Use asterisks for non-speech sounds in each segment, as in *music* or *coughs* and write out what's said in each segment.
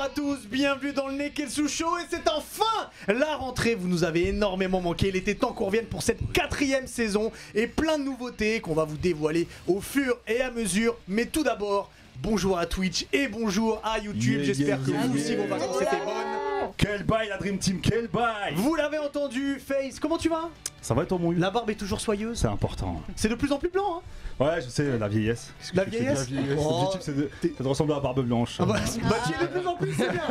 à tous, bienvenue dans le Neketsu Show et c'est enfin la rentrée, vous nous avez énormément manqué, il était temps qu'on revienne pour cette quatrième saison et plein de nouveautés qu'on va vous dévoiler au fur et à mesure, mais tout d'abord, bonjour à Twitch et bonjour à Yeah, YouTube, j'espère yeah, que yeah, vous aussi yeah. vos vacances étaient bonnes. Quel bail la Dream Team, quel bail Vous l'avez entendu, Face, comment tu vas Ça va ton mouille La barbe est toujours soyeuse, C'est important. c'est de plus en plus blanc hein Ouais, je sais, la vieillesse. La vieillesse Oh. L'objectif c'est de, c'est de ressembler à Barbe Blanche. Ah bah, bah, tu y es de plus en plus, *laughs* c'est bien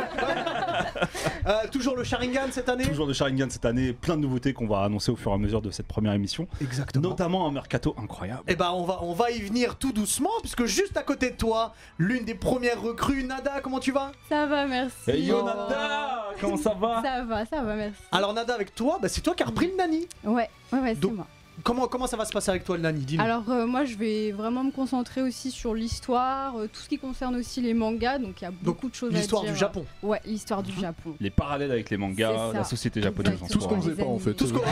Euh, Toujours le Sharingan cette année Toujours de Sharingan cette année, plein de nouveautés qu'on va annoncer au fur et à mesure de cette première émission. Exactement. Notamment un mercato incroyable. Eh ben on va, on va y venir tout doucement puisque juste à côté de toi, l'une des premières recrues, Nada, comment tu vas Ça va, merci. Hey yo Nanda Comment ça va Oh. Ça va, ça va, merci. Alors Nada avec toi, bah, c'est toi qui as repris le nani. Ouais, ouais, ouais, c'est Donc- moi. Comment, comment ça va se passer avec toi le nani Dis-nous. Alors, euh, moi, je vais vraiment me concentrer aussi sur l'histoire, euh, tout ce qui concerne aussi les mangas. Donc, il y a beaucoup de choses à dire. euh, L'histoire du Japon. Mhm. Ouais, l'histoire du Japon. Les parallèles avec les C'est mangas, ça. la société japonaise en Exactement. Tout ce qu'on soi. faisait pas en fait. Tout ce qu'on...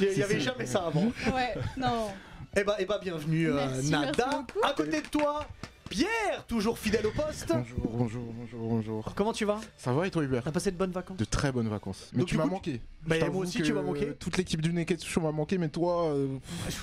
Il Si, n'y avait si. jamais ça avant. Ouais, non. Eh ben, eh ben bienvenue euh, Merci, merci Nada. beaucoup. à côté de toi, Pierre, toujours fidèle au poste. Bonjour, bonjour, bonjour, bonjour. Comment tu vas Ça va et toi Hubert T'as passé de bonnes vacances De très bonnes vacances. Mais Donc, tu du m'as coup, manqué. Bah Je t'avoue moi aussi que tu m'as manqué. Ah, Toute l'équipe du Neketsu Show m'a manqué, mais toi, euh,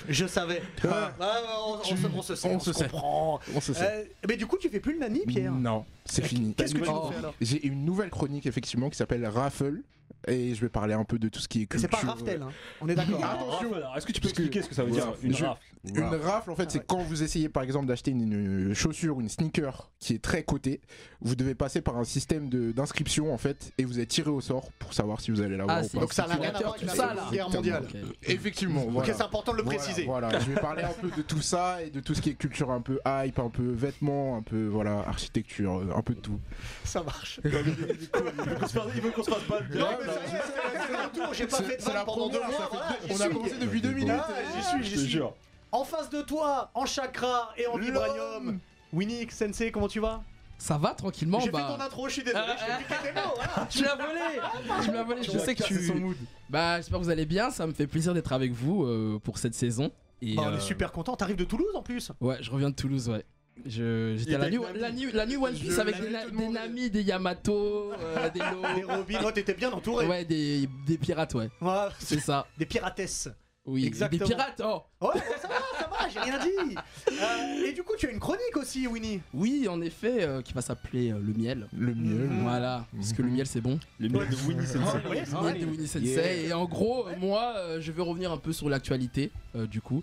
Je savais. Ouais, ouais, on, on Ah. Tu- se, on se sait, on on, se se sait. comprend. on se sait. Euh, mais du coup tu fais plus le nani Pierre. Euh, Non, c'est fini. Qu'est-ce que tu Oh. fais alors J'ai une nouvelle chronique effectivement qui s'appelle Raffle et je vais parler un peu de tout ce qui est C'est culture. euh, pas Raftel, hein. on est d'accord. *laughs* Ah, Attention Raphaël, Est-ce que tu peux Parce que- expliquer ce que ça veut Ouais. dire une Ah Je- rafle Une rafle, en fait, c'est quand vous essayez, par exemple, d'acheter une, une chaussure, une sneaker qui est très cotée, vous devez passer par un système de- d'inscription, en fait, et vous êtes tiré au sort pour savoir si vous allez l'avoir Ah, ou c'est- pas. Donc ça n'a rien à voir Simulateur, avec la tout ça, Seconde là. guerre mondiale. Ok. Effectivement, Ok, voilà. c'est important de le Voilà, préciser. Voilà, je vais parler un peu de tout ça et de tout ce qui est culture un peu hype, un peu vêtements, un peu, voilà, architecture, euh, un peu de tout. Ça *laughs* marche. Il veut qu'on se fasse balle. Non, mais ça y est, c'est- c'est le tour, j'ai pas bah, C'est- fait de c'est vanne la pendant deux première, mois. ça fait voilà, deux- j'y on a suis. commencé depuis deux minutes. Ah, j'y suis, Je j'y te suis. jure. En face de toi, en chakra et en L'homme. vibranium. Winnick, Sensei, comment tu vas Ça va tranquillement J'ai fait bah... ton intro, je suis désolé, Ah, je t'ai piqué tes mots. voilà. Tu l'as volé Tu l'as volé, je vas sais que casser tu... son mood. Bah j'espère que vous allez bien, ça me fait plaisir d'être avec vous euh, pour cette saison. Et, Bah, On euh, est super content, t'arrives de Toulouse en plus. Ouais, je reviens de Toulouse, ouais. Je- Et J'étais à la avec nuit, *laughs* Nami. la, nuit, la nuit One Piece Je avec l'avais des, na- te des demandé. Nami, des Yamato, euh, des Lo... Des Robin, oh, t'étais bien entouré. Ouais, des, des pirates, ouais. Ouais, C'est ça, Des piratesses. oui. Exactement. Des pirates, oh Ouais, bon, ça va, ça va, j'ai rien dit. Euh, et du coup, tu as une chronique aussi, Winnie. Oui, en effet, euh, qui va s'appeler euh, le miel. Mmh. Le mieux. Mhm. Voilà, parce que le miel c'est bon. Les mecs Mmh. de Winnie *laughs* Sensei. Vous voyez, c'est Miel de Winnie Sensei. Et en gros, euh, moi, euh, je veux revenir un peu sur l'actualité, euh, du coup.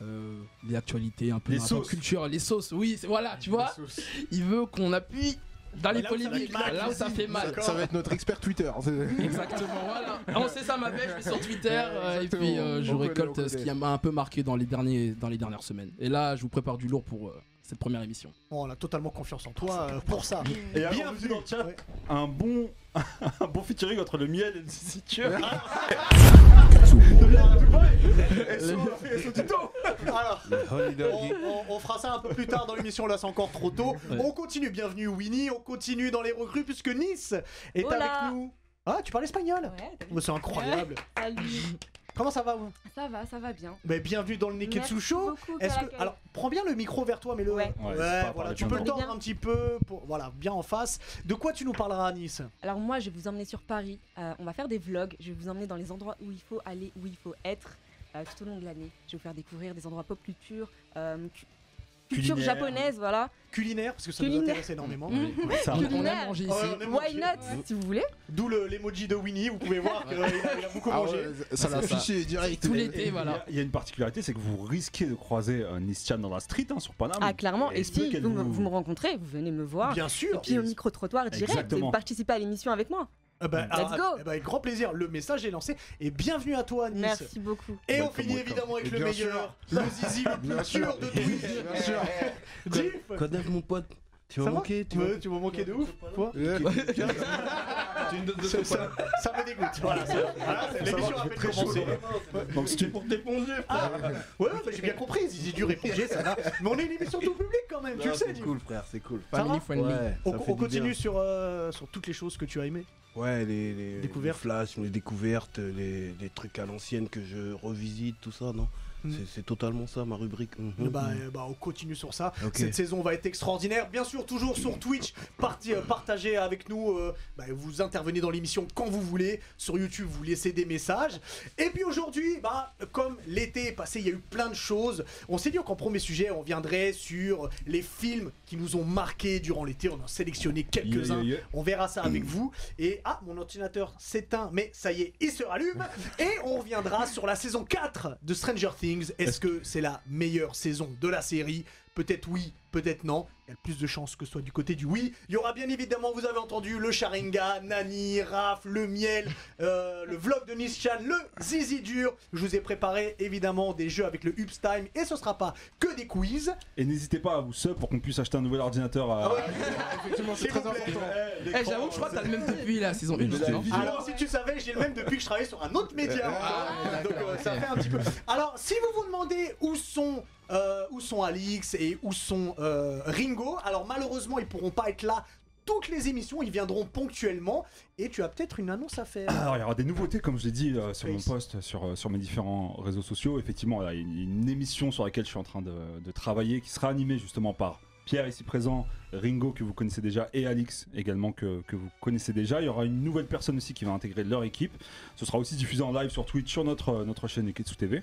Euh, les actualités, un peu Les dans la pop sauces. culture, les sauces, oui, c'est- voilà, tu vois, *laughs* il veut qu'on appuie dans les Là où ça fait polémiques, mal, là où ça vas-y, fait mal. d'accord. Ça va être notre expert Twitter. c'est- Exactement, voilà. Ah, On sait ça, ma belle, je vais sur Twitter euh, et Exactement. puis euh, je On connaît, récolte on euh, ce qui connaît. m'a un peu marqué dans les, derniers, dans les dernières semaines. Et là, je vous prépare du lourd pour euh, cette première émission. Bon, Oh, on a totalement confiance en toi euh, pour ça. Et alors, on dit Bienvenue dans le chat, Ouais. un bon, un bon featuring entre le miel et le sitio. Ah. Alors, on, on- on fera ça un peu plus tard dans l'émission, là c'est encore trop tôt. On continue, bienvenue Winnie, on continue dans les recrues puisque Nice est Hola. avec nous. Ah, tu parles espagnol Ouais, t'as vu Oh, C'est incroyable. *laughs* Comment ça va vous Ça va, ça va bien. Mais bienvenue dans le Neketsu Show. Est-ce que alors prends bien le micro vers toi mais le Ouais. Ouais, c'est pas à voilà parler tu peux le maintenant. tordre un petit peu pour voilà bien en face de quoi tu nous parleras Nice Alors moi, je vais vous emmener sur Paris. Euh, on va faire des vlogs. Je vais vous emmener dans les endroits où il faut aller, où il faut être euh, tout au long de l'année. Je vais vous faire découvrir des endroits pop culture, euh, cu- culture Culinaire. japonaise, voilà. culinaire parce que ça nous Culinaire. intéresse énormément Ça, On, Le on a miel. mangé ici. Ouais, on est Why mangé. not, si vous voulez. D'où le- l'emoji de Winnie vous pouvez voir qu'il a, il a beaucoup Ah mangé ouais, ça Ah, l'a c'est ça. affiché direct. Tout l'été, Il y, voilà. a, il y a une particularité, c'est que vous risquez de croiser un Nistian dans la street hein, sur Paname. Ah clairement. Et, il se peut si qu'elle vous, me- vous me rencontrez, vous venez me voir. bien Et sûr puis au micro trottoir direct, et Exactement. vous participez à l'émission avec moi. Ah bah, Let's ah, go. ah bah, avec grand plaisir le message est lancé et bienvenue à toi Nice Merci beaucoup. Et on Welcome, finit welcome. évidemment avec Et le bien meilleur, le zizi le plus sûr de Twitch. Bien sûr. Diff, Codef mon pote, ça tu vas va manquer, tu tu vas veux, tu vas manquer de ouf Quoi *laughs* ça, ça- ça me dégoûte. Voilà, ça- voilà, c'est- l'émission a fait commencer. Donc si tu es pour t'éponger, Ah, ouais, ouais, bah, j'ai bien compris, Zizi du réfugié, ça va. Mais on est une émission tout public quand même, tu Non, le sais, C'est Diff. cool, frère, c'est cool. Ça Family va friendly. ça on, on fait du bien. continue sur, euh, sur toutes les choses que tu as aimées. Ouais, les, les, Découvertes. les flashs, les découvertes, les, les trucs à l'ancienne que je revisite, tout ça, non Mm. C'est- C'est totalement ça ma rubrique. Mhm. Bah, euh, bah, on continue sur ça. Ok. Cette saison va être extraordinaire. Bien sûr, toujours sur Twitch, parti- euh, partagez avec nous. euh, bah, vous intervenez dans l'émission quand vous voulez. Sur YouTube, vous laissez des messages. Et puis aujourd'hui, bah, comme l'été est passé, il y a eu plein de choses. On s'est dit qu'en premier sujet, on viendrait sur les films qui nous ont marqués durant l'été. On en a sélectionné Yo, quelques-uns. yo, yo. On verra ça Mm. avec vous. Et ah, mon ordinateur s'éteint, mais ça y est, il se *laughs* rallume. Et on reviendra sur la saison 4 de Stranger Things. Est-ce que c'est la meilleure saison de la série Peut-être oui, peut-être non. Il y a le plus de chances que ce soit du côté du oui. Il y aura bien évidemment, vous avez entendu, le Sharinga, Nani, Raph, le miel, euh, le vlog de Nischan, le Zizi dur. Je vous ai préparé évidemment des jeux avec le Hoops Time et ce sera pas que des quiz. Et n'hésitez pas à vous sub pour qu'on puisse acheter un nouvel ordinateur. euh, À... *laughs* Effectivement, c'est S'il vous très plaît. important. Eh, Ah Eh, l'écran, j'avoue que je crois que t'as c'est- le même depuis la saison 1. Mais la vidéo- Alors si tu savais, j'ai le même depuis que je travaille sur un autre média. Ah, Donc d'accord, euh, ça ok. fait un petit peu. Alors si vous vous demandez où sont euh, où sont Alix et où sont euh, Ringo, alors malheureusement ils pourront pas être là toutes les émissions, ils viendront ponctuellement et tu as peut-être une annonce à faire. Ah, Alors, il y aura des nouveautés, comme je l'ai dit, euh, sur mon Space. poste, sur, euh, sur mes différents réseaux sociaux. Effectivement, là, il y a une, une émission sur laquelle je suis en train de, de travailler, qui sera animée justement par Pierre ici présent, Ringo que vous connaissez déjà, et Alix également que, que vous connaissez déjà. Il y aura une nouvelle personne aussi qui va intégrer leur équipe. Ce sera aussi diffusé en live sur Twitch, sur notre, euh, notre chaîne Eketsu TV.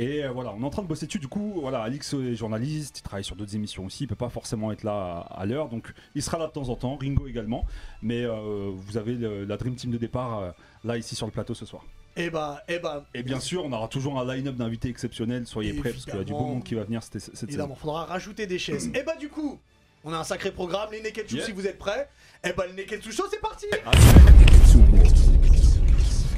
Et euh, voilà, on est en train de bosser dessus. Du coup, voilà, Alix euh, est journaliste, il travaille sur d'autres émissions aussi, il peut pas forcément être là à, à l'heure. Donc, il sera là de temps en temps, Ringo également. Mais euh, vous avez le- la Dream Team de départ euh, là, ici sur le plateau ce soir. Eh bah, eh bah, Et bien sûr, on aura toujours un line-up d'invités exceptionnels. Soyez prêts, parce qu'il y a du beau Évidemment. monde qui va venir cette, cette saison. évidemment, faudra rajouter des chaises. Eh bah du coup, on a un sacré programme les Neketsu Yeah. si vous êtes prêts. Eh bah le Neketsu show c'est parti.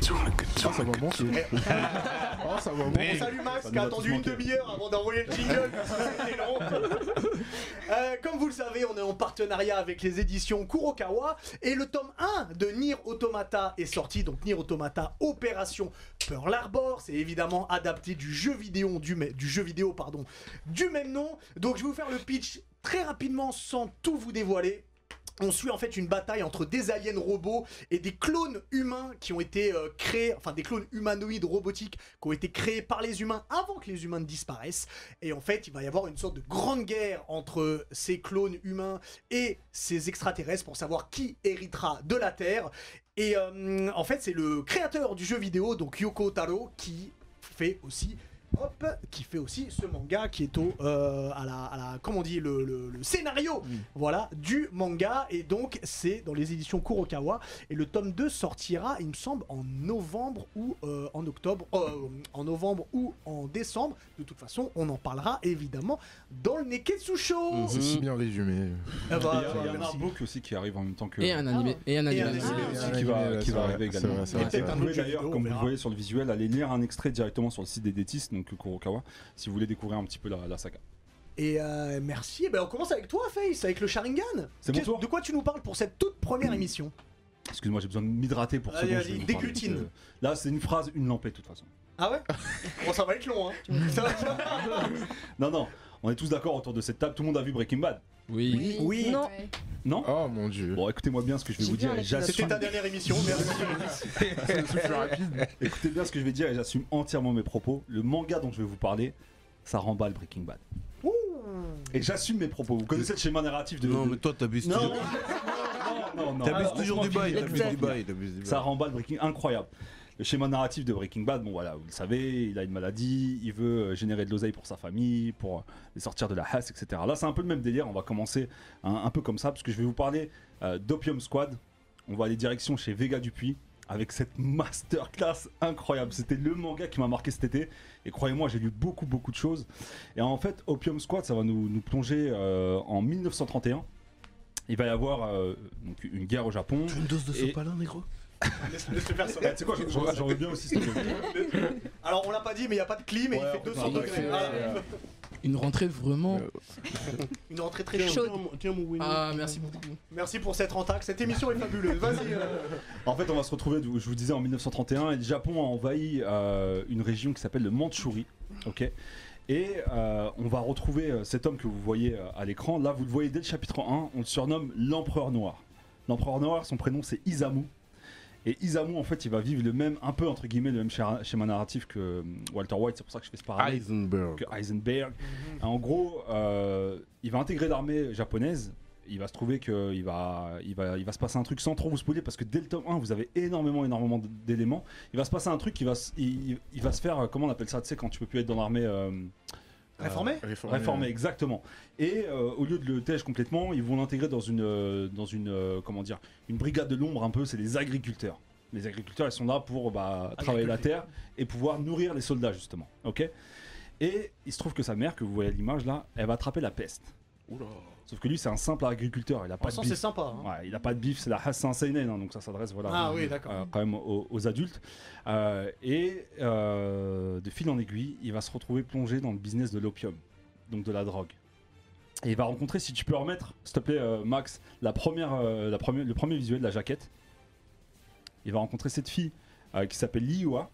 Ah, ça va bon, c'est- Oh, Ah, ça va bon. On salue Max Ça qui a nous a tous attendu une manqué. demi-heure avant d'envoyer le jingle parce que c'était long. *laughs* Euh, Comme vous le savez, on est en partenariat avec les éditions Kurokawa et le tome 1 de Nier Automata est sorti. Donc Nier Automata Opération Pearl Harbor, c'est évidemment adapté du jeu vidéo du, mai- du jeu vidéo pardon du même nom. Donc je vais vous faire le pitch très rapidement sans tout vous dévoiler. On suit en fait une bataille entre des aliens robots et des clones humains qui ont été euh, créés, enfin des clones humanoïdes robotiques qui ont été créés par les humains avant que les humains ne disparaissent. Et en fait, il va y avoir une sorte de grande guerre entre euh, ces clones humains et ces extraterrestres pour savoir qui héritera de la Terre. Et euh, en fait, c'est le créateur du jeu vidéo, donc Yoko Taro, qui fait aussi Hop, qui fait aussi ce manga qui est au euh, à, la, à la- comment on dit le, le- le scénario voilà du manga et donc c'est dans les éditions Kurokawa et le tome 2 sortira il me semble en novembre ou euh, en octobre euh, en novembre ou en décembre de toute façon on en parlera évidemment dans le Neketsu Show Mhm. C'est si bien résumé. Il Ah y bah, a, il y a merci. un book aussi qui arrive en même temps que. Et un animé. Et un animé. animé. Ah, aussi qui va, qui C'est va vrai, arriver c'est également. vrai, c'est Et vrai, c'est vous vrai. pouvez d'ailleurs, Vidéo, on comme vous verra. le voyez sur le visuel, aller lire un extrait directement sur le site des Détis, donc Kurokawa, si vous voulez découvrir un petit peu la, la saga. et euh, merci Et ben on commence avec toi Face avec le Sharingan C'est mon Qu'est-ce- tour de quoi tu nous parles pour cette toute première émission Excuse-moi, j'ai besoin de m'hydrater pour ce Allez, dont je vais vas-y, vous parler, déglutine. parce que Là, c'est une phrase, une lampée de toute *laughs* façon. ah ouais bon ça va être long hein Ça va être long. Non, non, on est tous d'accord autour de cette table. Tout le monde a vu Breaking Bad, Oui. oui Non. Ouais. non Oh mon dieu. Bon, écoutez-moi bien ce que je vais J'ai vous vu dire un et épisode. j'assume. C'était ta dernière émission, merci. Écoutez bien ce que je vais dire et j'assume entièrement mes propos. Le manga dont je vais vous parler, ça remballe Breaking Bad. Et j'assume mes propos. Vous connaissez le schéma narratif de. Non, mais toi, t'abuses non, toujours. non, non, non. T'abuses Alors, toujours du laisse-moi bail, finir. t'abuses du bail, t'abuses du bail. Ça remballe Breaking incroyable. Le schéma narratif de Breaking Bad, bon voilà, vous le savez, il a une maladie, il veut euh, générer de l'oseille pour sa famille, pour euh, les sortir de la hasse, etc. Là, c'est un peu le même délire, on va commencer hein, un, un peu comme ça, parce que je vais vous parler euh, d'Opium Squad. On va aller direction chez Vega Dupuis, avec cette masterclass incroyable. C'était le manga qui m'a marqué cet été, et croyez-moi, j'ai lu beaucoup, beaucoup de choses. Et en fait, Opium Squad, ça va nous, nous plonger euh, en 1931. Il va y avoir euh, donc une guerre au Japon. Tu veux une dose de Et- sopalin, négro Laisse-le faire ça. Eh, tu sais quoi, *laughs* j'en- j'en veux bien aussi, s'il te plaît. *laughs* Alors on l'a pas dit, mais il n'y a pas de clim et Ouais, il on fait peut 200 pas euh, degrés. dire. Voilà. Ouais. Une rentrée vraiment. Une rentrée très Tiens, chaude. tiens, mon- Tiens, mon Winnie. Ah, merci beaucoup. Merci pour cette rentacle. Cette émission est fabuleuse. Vas-y. euh. En fait, on va se retrouver, je vous le disais, en 1931, et le Japon a envahi euh, une région qui s'appelle le Mandchourie. Ok et euh, on va retrouver euh, cet homme que vous voyez euh, à l'écran. Là, vous le voyez dès le chapitre 1, on le surnomme l'Empereur Noir. L'Empereur Noir, son prénom c'est Isamu. Et Isamu, en fait, il va vivre le même, un peu entre guillemets, le même schéma schéma narratif que euh, Walter White. C'est pour ça que je fais ce parallèle. Heisenberg. que Heisenberg. En gros, euh, il va intégrer l'armée japonaise. Il va se trouver qu'il va, il va, il va se passer un truc sans trop vous spoiler parce que dès le tome 1, vous avez énormément, énormément d- d'éléments. Il va se passer un truc qui va, se- il, il- il va se faire, euh, comment on appelle ça, tu sais, quand tu peux plus être dans l'armée. euh, Réformé Réformé. Réformé, exactement. Et euh, au lieu de le tèche complètement, ils vont l'intégrer dans une, euh, dans une, euh, comment dire, une brigade de l'ombre un peu. C'est des agriculteurs. Les agriculteurs, ils sont là pour bah, travailler la terre et pouvoir nourrir les soldats justement. Ok. Et il se trouve que sa mère, que vous voyez à l'image là, elle va attraper la peste. Sauf que lui, c'est un simple agriculteur. Il a Pour pas de l'instant, c'est bif. sympa. hein. Ouais, il a pas de bif. C'est la Hassan Seinen, hein, donc ça s'adresse voilà. Ah oui, d'accord. Euh, quand même aux, aux adultes. Euh, et euh, de fil en aiguille, il va se retrouver plongé dans le business de l'opium, donc de la drogue. Et il va rencontrer, si tu peux remettre, s'il te plaît, euh, Max, la première, euh, la première, le premier visuel de la jaquette. Il va rencontrer cette fille euh, qui s'appelle Liua.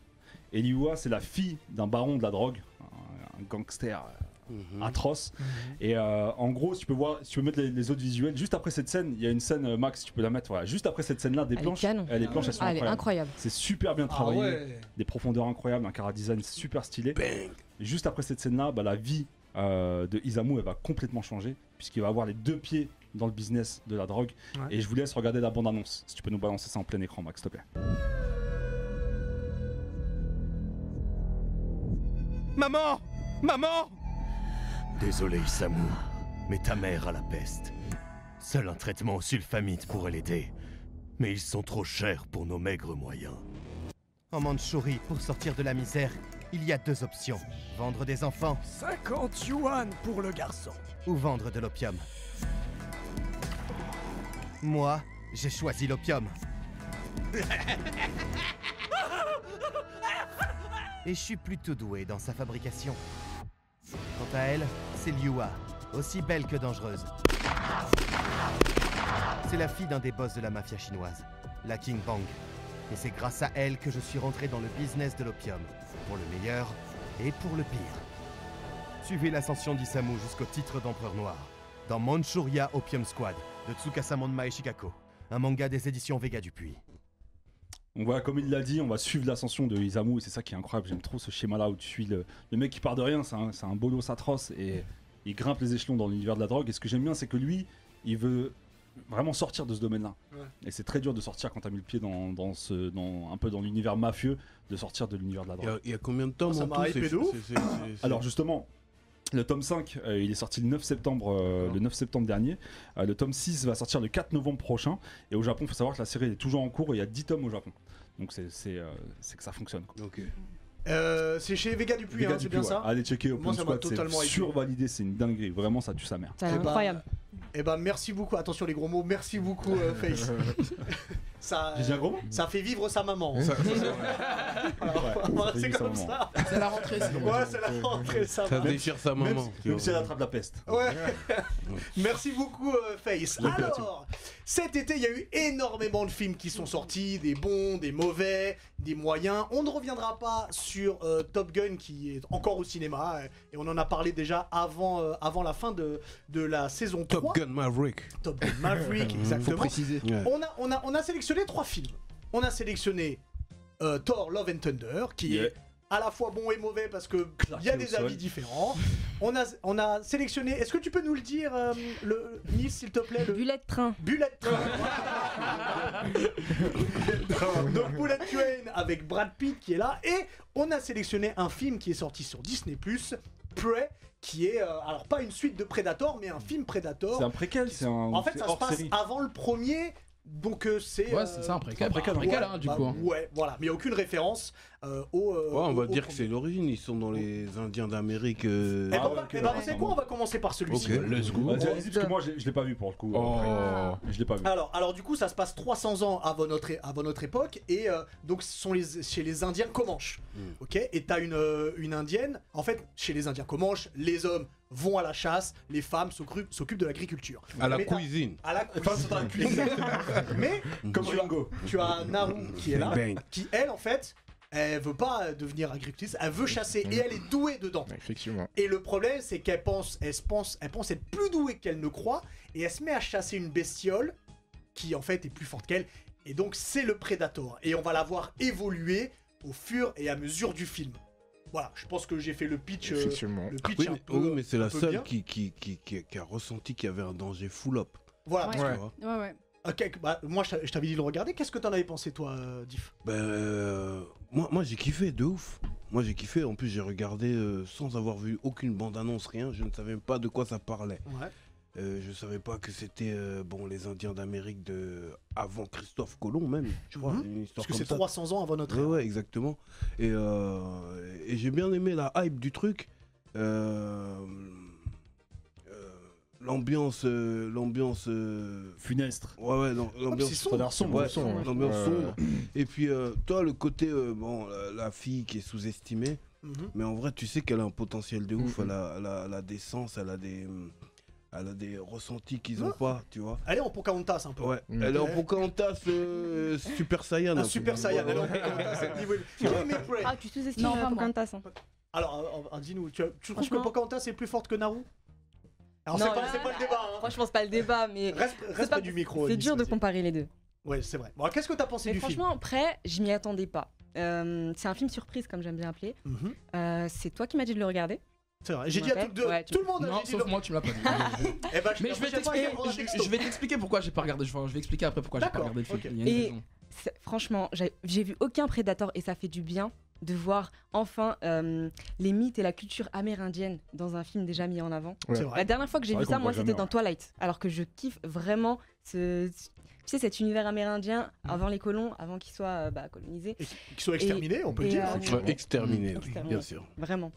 Et Liua, c'est la fille d'un baron de la drogue, un, un gangster euh, Mm-hmm. Mhm. *laughs* atroce. Et euh, en gros, si tu peux voir, si tu peux mettre les, les autres visuels, juste après cette scène, il y a une scène, euh, Max, tu peux la mettre, voilà. Juste après cette scène-là, des Elle est planches. canon. euh, les planches, elles sont Ah, elle est incroyables. incroyable. C'est super bien Ah travaillé, ouais. des profondeurs incroyables, un cara design super stylé. Et Juste après cette scène-là, bah, la vie euh, de Isamu elle va complètement changer puisqu'il va avoir les deux pieds dans le business de la drogue. Ouais. Et je vous laisse regarder la bande-annonce. Si tu peux nous balancer ça en plein écran, Max, s'il te plaît. *laughs* Maman Maman Désolé, Isamu, mais ta mère a la peste. Seul un traitement au sulfamide pourrait l'aider. Mais ils sont trop chers pour nos maigres moyens. En Mandchourie, pour sortir de la misère, il y a deux options. Vendre des enfants 50 yuan pour le garçon. ou vendre de l'opium. Moi, j'ai choisi l'opium. Et je suis plutôt doué dans sa fabrication. Quant à elle, c'est Liua, aussi belle que dangereuse. C'est la fille d'un des boss de la mafia chinoise, la King Bang. Et c'est grâce à elle que je suis rentré dans le business de l'opium, pour le meilleur et pour le pire. Suivez l'ascension d'Isamu jusqu'au titre d'Empereur Noir, dans Manchuria Opium Squad, de Tsukasa Monma et Shikako, un manga des éditions Vega Dupuis. On voit, comme il l'a dit, on va suivre l'ascension de Isamu et c'est ça qui est incroyable. J'aime trop ce schéma-là où tu suis le, le mec qui part de rien, c'est un, c'est un bolos atroce et il grimpe les échelons dans l'univers de la drogue. Et ce que j'aime bien, c'est que lui, il veut vraiment sortir de ce domaine-là. Ouais. Et c'est très dur de sortir quand t'as mis le pied dans, dans ce, dans, un peu dans l'univers mafieux, de sortir de l'univers de la Il y, drogue. a, il y a combien de tomes Ah, Ça en m'a tout hypé c'est- de ouf. c'est- c'est- c'est- c'est- Alors justement, le tome 5, euh, il est sorti le 9 septembre, euh, le 9 septembre dernier. Euh, le tome 6 va sortir le 4 novembre prochain. Et au Japon, il faut savoir que la série elle est toujours en cours et il y a 10 tomes au Japon. Donc c'est c'est, euh, c'est que ça fonctionne. quoi. Ok. Euh, c'est chez Vega Dupuis, hein, Dégâts c'est du bien cul, ça ouais. Allez checker Moi, Open ça m'a Squad, totalement c'est épuisé. survalidé, c'est une dinguerie, vraiment ça tue sa mère. Ça a Eh l'air ben, incroyable. Eh ben merci beaucoup, attention les gros mots, merci beaucoup euh, *laughs* Face. ça, J'ai dit un gros mot ça fait vivre sa maman. *laughs* Alors, Ouais, voilà, ça fait c'est vivre sa comme maman. ça. C'est la rentrée, sinon. Ouais, c'est la rentrée, ça Ça va. déchire sa Même maman. si- Même si elle attrape la peste. Ouais. *laughs* Merci beaucoup euh, Face. Alors, cet été, il y a eu énormément de films qui sont sortis, des bons, des mauvais, des moyens. On ne reviendra pas sur euh, Top Gun qui est encore au cinéma euh, et on en a parlé déjà avant, euh, avant la fin de, de la saison 3. Top Gun Maverick. Top Gun Maverick, *laughs* Faut exactement. préciser. On a, on, a, on a sélectionné trois films. On a sélectionné euh, Thor Love and Thunder, qui Yeah. est à la fois bon et mauvais parce que il y a au des sol. avis différents. On a, on a sélectionné. Est-ce que tu peux nous le dire, euh, le Nice, s'il te plaît, le Bullet Train. Bullet Train. *laughs* Donc Bullet Train avec Brad Pitt qui est là et on a sélectionné un film qui est sorti sur Disney+, Prey, qui est euh, alors pas une suite de Predator mais un film Predator. C'est un préquel, c'est un. Oh. En fait, c'est ça se hors passe série. avant le premier. Donc euh, c'est Ouais, c'est ça, un préquel. bah, Un préquel, hein, du coup, hein. Ouais, voilà, mais il y a aucune référence euh, au euh, Ouais, on va au- dire au que c'est premier. l'origine. Ils sont dans les Indiens d'Amérique. euh, Eh ben, Ah on ouais, va- ok, eh ben, ouais. vous savez quoi, on va commencer par Ok, celui-ci. let's go. Vas-y, allez-y, parce que moi, je je l'ai pas vu pour le coup. Oh. Je l'ai pas vu. Alors, alors du coup, ça se passe 300 ans avant notre, é- avant notre époque, et euh, donc ce sont les, chez les Indiens Comanches. Mm. Ok Et t'as une, euh, une Indienne. En fait, chez les Indiens Comanches, les hommes vont à la chasse, les femmes s'occupent s'occupent de l'agriculture. À la Mais t'as- cuisine. À la cuisine. *laughs* Mais Comme tu as, Ringo. tu as Naru qui est là, Bang. qui elle, en fait, elle veut pas devenir agricultrice, elle veut chasser, et elle est douée dedans. Effectivement. Et le problème, c'est qu'elle pense, elle se pense, elle pense être plus douée qu'elle ne croit, et elle se met à chasser une bestiole qui en fait est plus forte qu'elle. Et donc c'est le Predator. Et on va la voir évoluer au fur et à mesure du film. Voilà, je pense que j'ai fait le pitch. euh, Le pitch oui, un mais, peu- oui, mais c'est un la peu seule bien. qui, qui, qui, qui- qui a ressenti qu'il y avait un danger full up. Voilà. Tu vois. Ouais, ouais. Ok, bah, moi je t'a- je t'avais dit de le regarder. Qu'est-ce que t'en avais pensé toi, euh, Diff Ben, euh, moi, moi j'ai kiffé de ouf. Moi j'ai kiffé. En plus j'ai regardé euh, sans avoir vu aucune bande annonce, rien. Je ne savais même pas de quoi ça parlait. Ouais. Euh, je savais pas que c'était euh, bon les Indiens d'Amérique de avant Christophe Colomb même. Tu vois, une histoire Mhm. Parce que comme c'est ça. 300 ans avant notre Ouais, ouais, exactement. Et, euh, et j'ai bien aimé la hype du truc. Euh, euh, l'ambiance. euh, l'ambiance. euh, Funestre. Ouais, ouais, l'am- Oh, l'ambiance. c'est sombre. Ça a l'air sombre, Ouais, sombre, ouais. l'ambiance Ouais. sombre. Et puis, euh, toi, le côté. euh, bon, la, la fille qui est sous-estimée. Mhm. Mais en vrai, tu sais qu'elle a un potentiel de ouf. Elle, a, elle a- elle a des sens, elle a des. hmm, Elle a des ressentis qu'ils ont Ouais. pas, tu vois. Ah. Elle est en Pocahontas un peu. Ouais, elle est en Ouais. Pocahontas euh, Super Saiyan. Un peu. Super Saiyan, elle est en Pocahontas, Ah, c'est le niveau- Give me break. Ah, tu sous-estimes Non, euh, pas moi. Pocahontas. hein. Alors, euh, euh, dis-nous, tu, as- tu trouves que Franchement. Pocahontas est plus forte que Naru Alors, c'est Non, pas, non, c'est pas le débat, hein. Franchement, c'est pas le débat, Eh bah, mais. Reste, c'est reste pas- près du micro. C'est Alice, dur de vas-y. comparer les deux. Ouais, c'est vrai. Bon, alors, qu'est-ce que t'as pensé Mais du film franchement, après, je m'y attendais pas. Euh, c'est un film surprise, comme j'aime bien appeler. Mhm. Euh, c'est toi qui m'as dit de le regarder. C'est je vrai. *laughs* J'ai me dit à rappelle. tout, de- Ouais, tu- tout le monde. Non, j'ai dit sauf de- moi, tu me l'as pas dit. *laughs* Eh ben, Mais la prochaine fois, il je vais t'expliquer. prendra un Je, texto. je vais t'expliquer pourquoi j'ai pas regardé. Enfin, je vais expliquer après pourquoi j'ai pas D'accord, regardé le film. ok. Il y a une Et- raison. C'est- Franchement, j'ai j'ai vu aucun Predator et ça fait du bien de voir enfin euh, les mythes et la culture amérindienne dans un film déjà mis en avant. C'est La vrai. dernière fois que j'ai C'est vu vrai qu'on ça, le moi, voit c'était jamais, dans Twilight. Alors que je kiffe vraiment ce, tu sais, cet univers amérindien Mm. avant les colons, avant qu'ils soient euh, bah, colonisés. Et Qu'ils soient exterminés, on peut le et, dire. euh, effectivement. Exterminé, oui, Exterminé. bien sûr. Vraiment.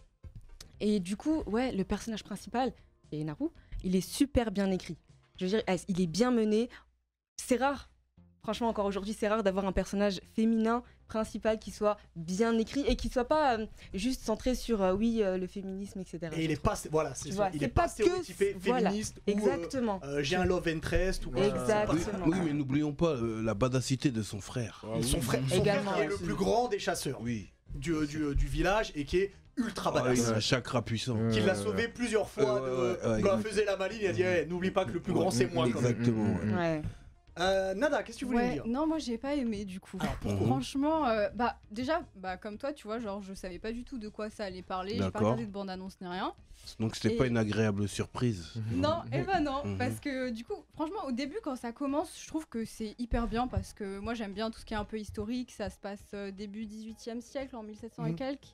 Et du coup, ouais, le personnage principal, qui est Naru, il est super bien écrit. Je veux dire, eh, il est bien mené. C'est rare. Franchement, encore aujourd'hui, c'est rare d'avoir un personnage féminin principal qui soit bien écrit et qui soit pas euh, juste centré sur euh, oui euh, le féminisme, etc. Et il est pas, voilà, c'est Tu ça. vois, Il c'est est pas pas que- stéréotypé voilà. féministe ou euh, Exactement. euh, j'ai un love interest ou euh, Exactement. Oui, c'est pas ça. oui, mais n'oublions pas euh, la badacité de son frère. Son frère, son Également, frère qui est le aussi. plus grand des chasseurs Ah Oui. du, euh, du, du village et qui est ultra Ah, il badass. a un chakra puissant. qui l'a sauvé plusieurs fois Euh, de- Mmh. ouais, ouais, quand ouais. elle faisait la maline, il a dit Eh, n'oublie pas que le plus grand c'est moi quand même. Exactement. ouais. Ouais. Euh, Nada, qu'est-ce que tu voulais Mmh. Ouais, me dire non, moi j'ai pas aimé du coup. pourquoi *laughs* Franchement, euh, bah déjà, bah comme toi, tu vois, genre je savais pas du tout de quoi ça allait parler, j'ai pas D'accord. regardé de bande-annonce ni rien. Donc c'était pas une agréable surprise. *laughs* Non, *laughs* et ben non, Mhm. parce que du coup, franchement, au début, quand ça commence, je trouve que c'est hyper bien parce que moi j'aime bien tout ce qui est un peu historique. Ça se passe euh, début 18e siècle, en 1700 et Mhm. quelques.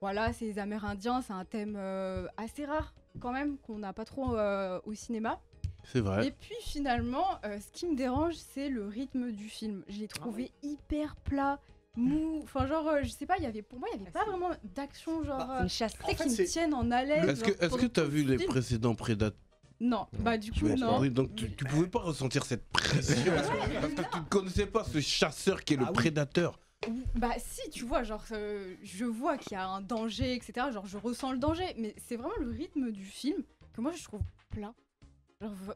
Voilà, c'est les Amérindiens, c'est un thème euh, assez rare quand même, qu'on n'a pas trop euh, au cinéma. C'est vrai. Et puis finalement, euh, ce qui me dérange, c'est le rythme du film. Je l'ai trouvé hyper plat, *laughs* mou. Enfin, genre, euh, je sais pas, il y avait pour moi, il y avait pas Facile. vraiment d'action, genre, Bah, C'est euh, une chasse. tu sais, en fait, qui c'est- me tiennent en haleine. Est-ce genre, que est-ce que pendant t'as tout vu le les film. précédents prédateurs Non, bah du coup, Oui, non. Donc tu, tu pouvais pas ressentir cette *laughs* pression parce que, parce que tu ne connaissais pas ce chasseur qui est le Ah oui. prédateur. Ou- Bah si, tu vois, genre euh, je vois qu'il y a un danger, etc. Genre je ressens le danger, mais c'est vraiment le rythme du film que moi je trouve plat. Genre, v-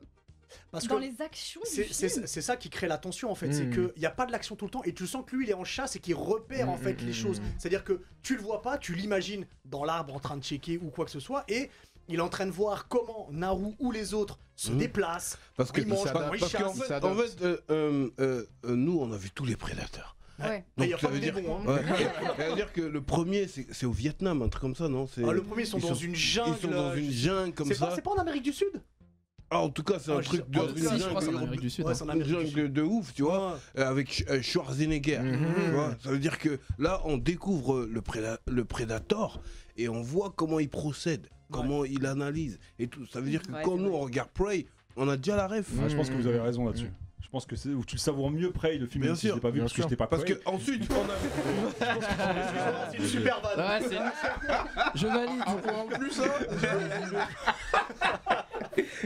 Parce que dans les actions du c'est- c'est film. c'est ça qui crée la tension en fait, Mm. c'est Mmh. qu'il n'y a pas de l'action tout le temps et tu sens que lui il est en chasse et qu'il repère en Mm, fait mm, mmh, les mm, choses. mm. C'est-à-dire que tu le vois pas, tu l'imagines dans l'arbre en train de checker ou quoi que ce soit et il est en train de voir comment Naru ou les autres se Mm. déplacent. Parce que Il mange, il parce qu'en chasse. fait, Il en s'adapte. fait, euh, euh, euh, euh, nous on a vu tous les prédateurs. Ouais. Mais il y a Donc ça pas veut que des dire bons. hein. Ouais. Ça veut dire que le premier c'est c'est au Vietnam un truc comme ça non C'est- Ah, le premier ils sont Ils dans sont- une Ils jungle. euh, sont dans une jungle comme C'est ça. pas, c'est pas en Amérique du Sud Ah, en tout cas, c'est Ah, je un sais truc de, pas. une Si, je Si, je crois que c'est en jungle- Amérique du Sud. Ouais, hein. c'est en une Amérique du Sud. Mhm. jungle de ouf, tu vois, euh, avec Sch- euh, Schwarzenegger. Tu vois, ça veut dire que là, on découvre euh, le, préda- le Predator et on voit comment il procède, comment il analyse et tout. Ça veut dire que Ouais, quand c'est nous, vrai. on regarde Prey, on a déjà la ref. Ah, je pense que vous avez raison là-dessus. Je pense que c'est où tu le savoures mieux près le film Hmm. Bien même si je sûr, l'ai pas vu bien parce que sûr. je t'ai pas Parce prêt. que ensuite, on *laughs* a. Excuse-moi, C'est une super vanne. Ah, Ouais, c'est. Je valide. en plus, hein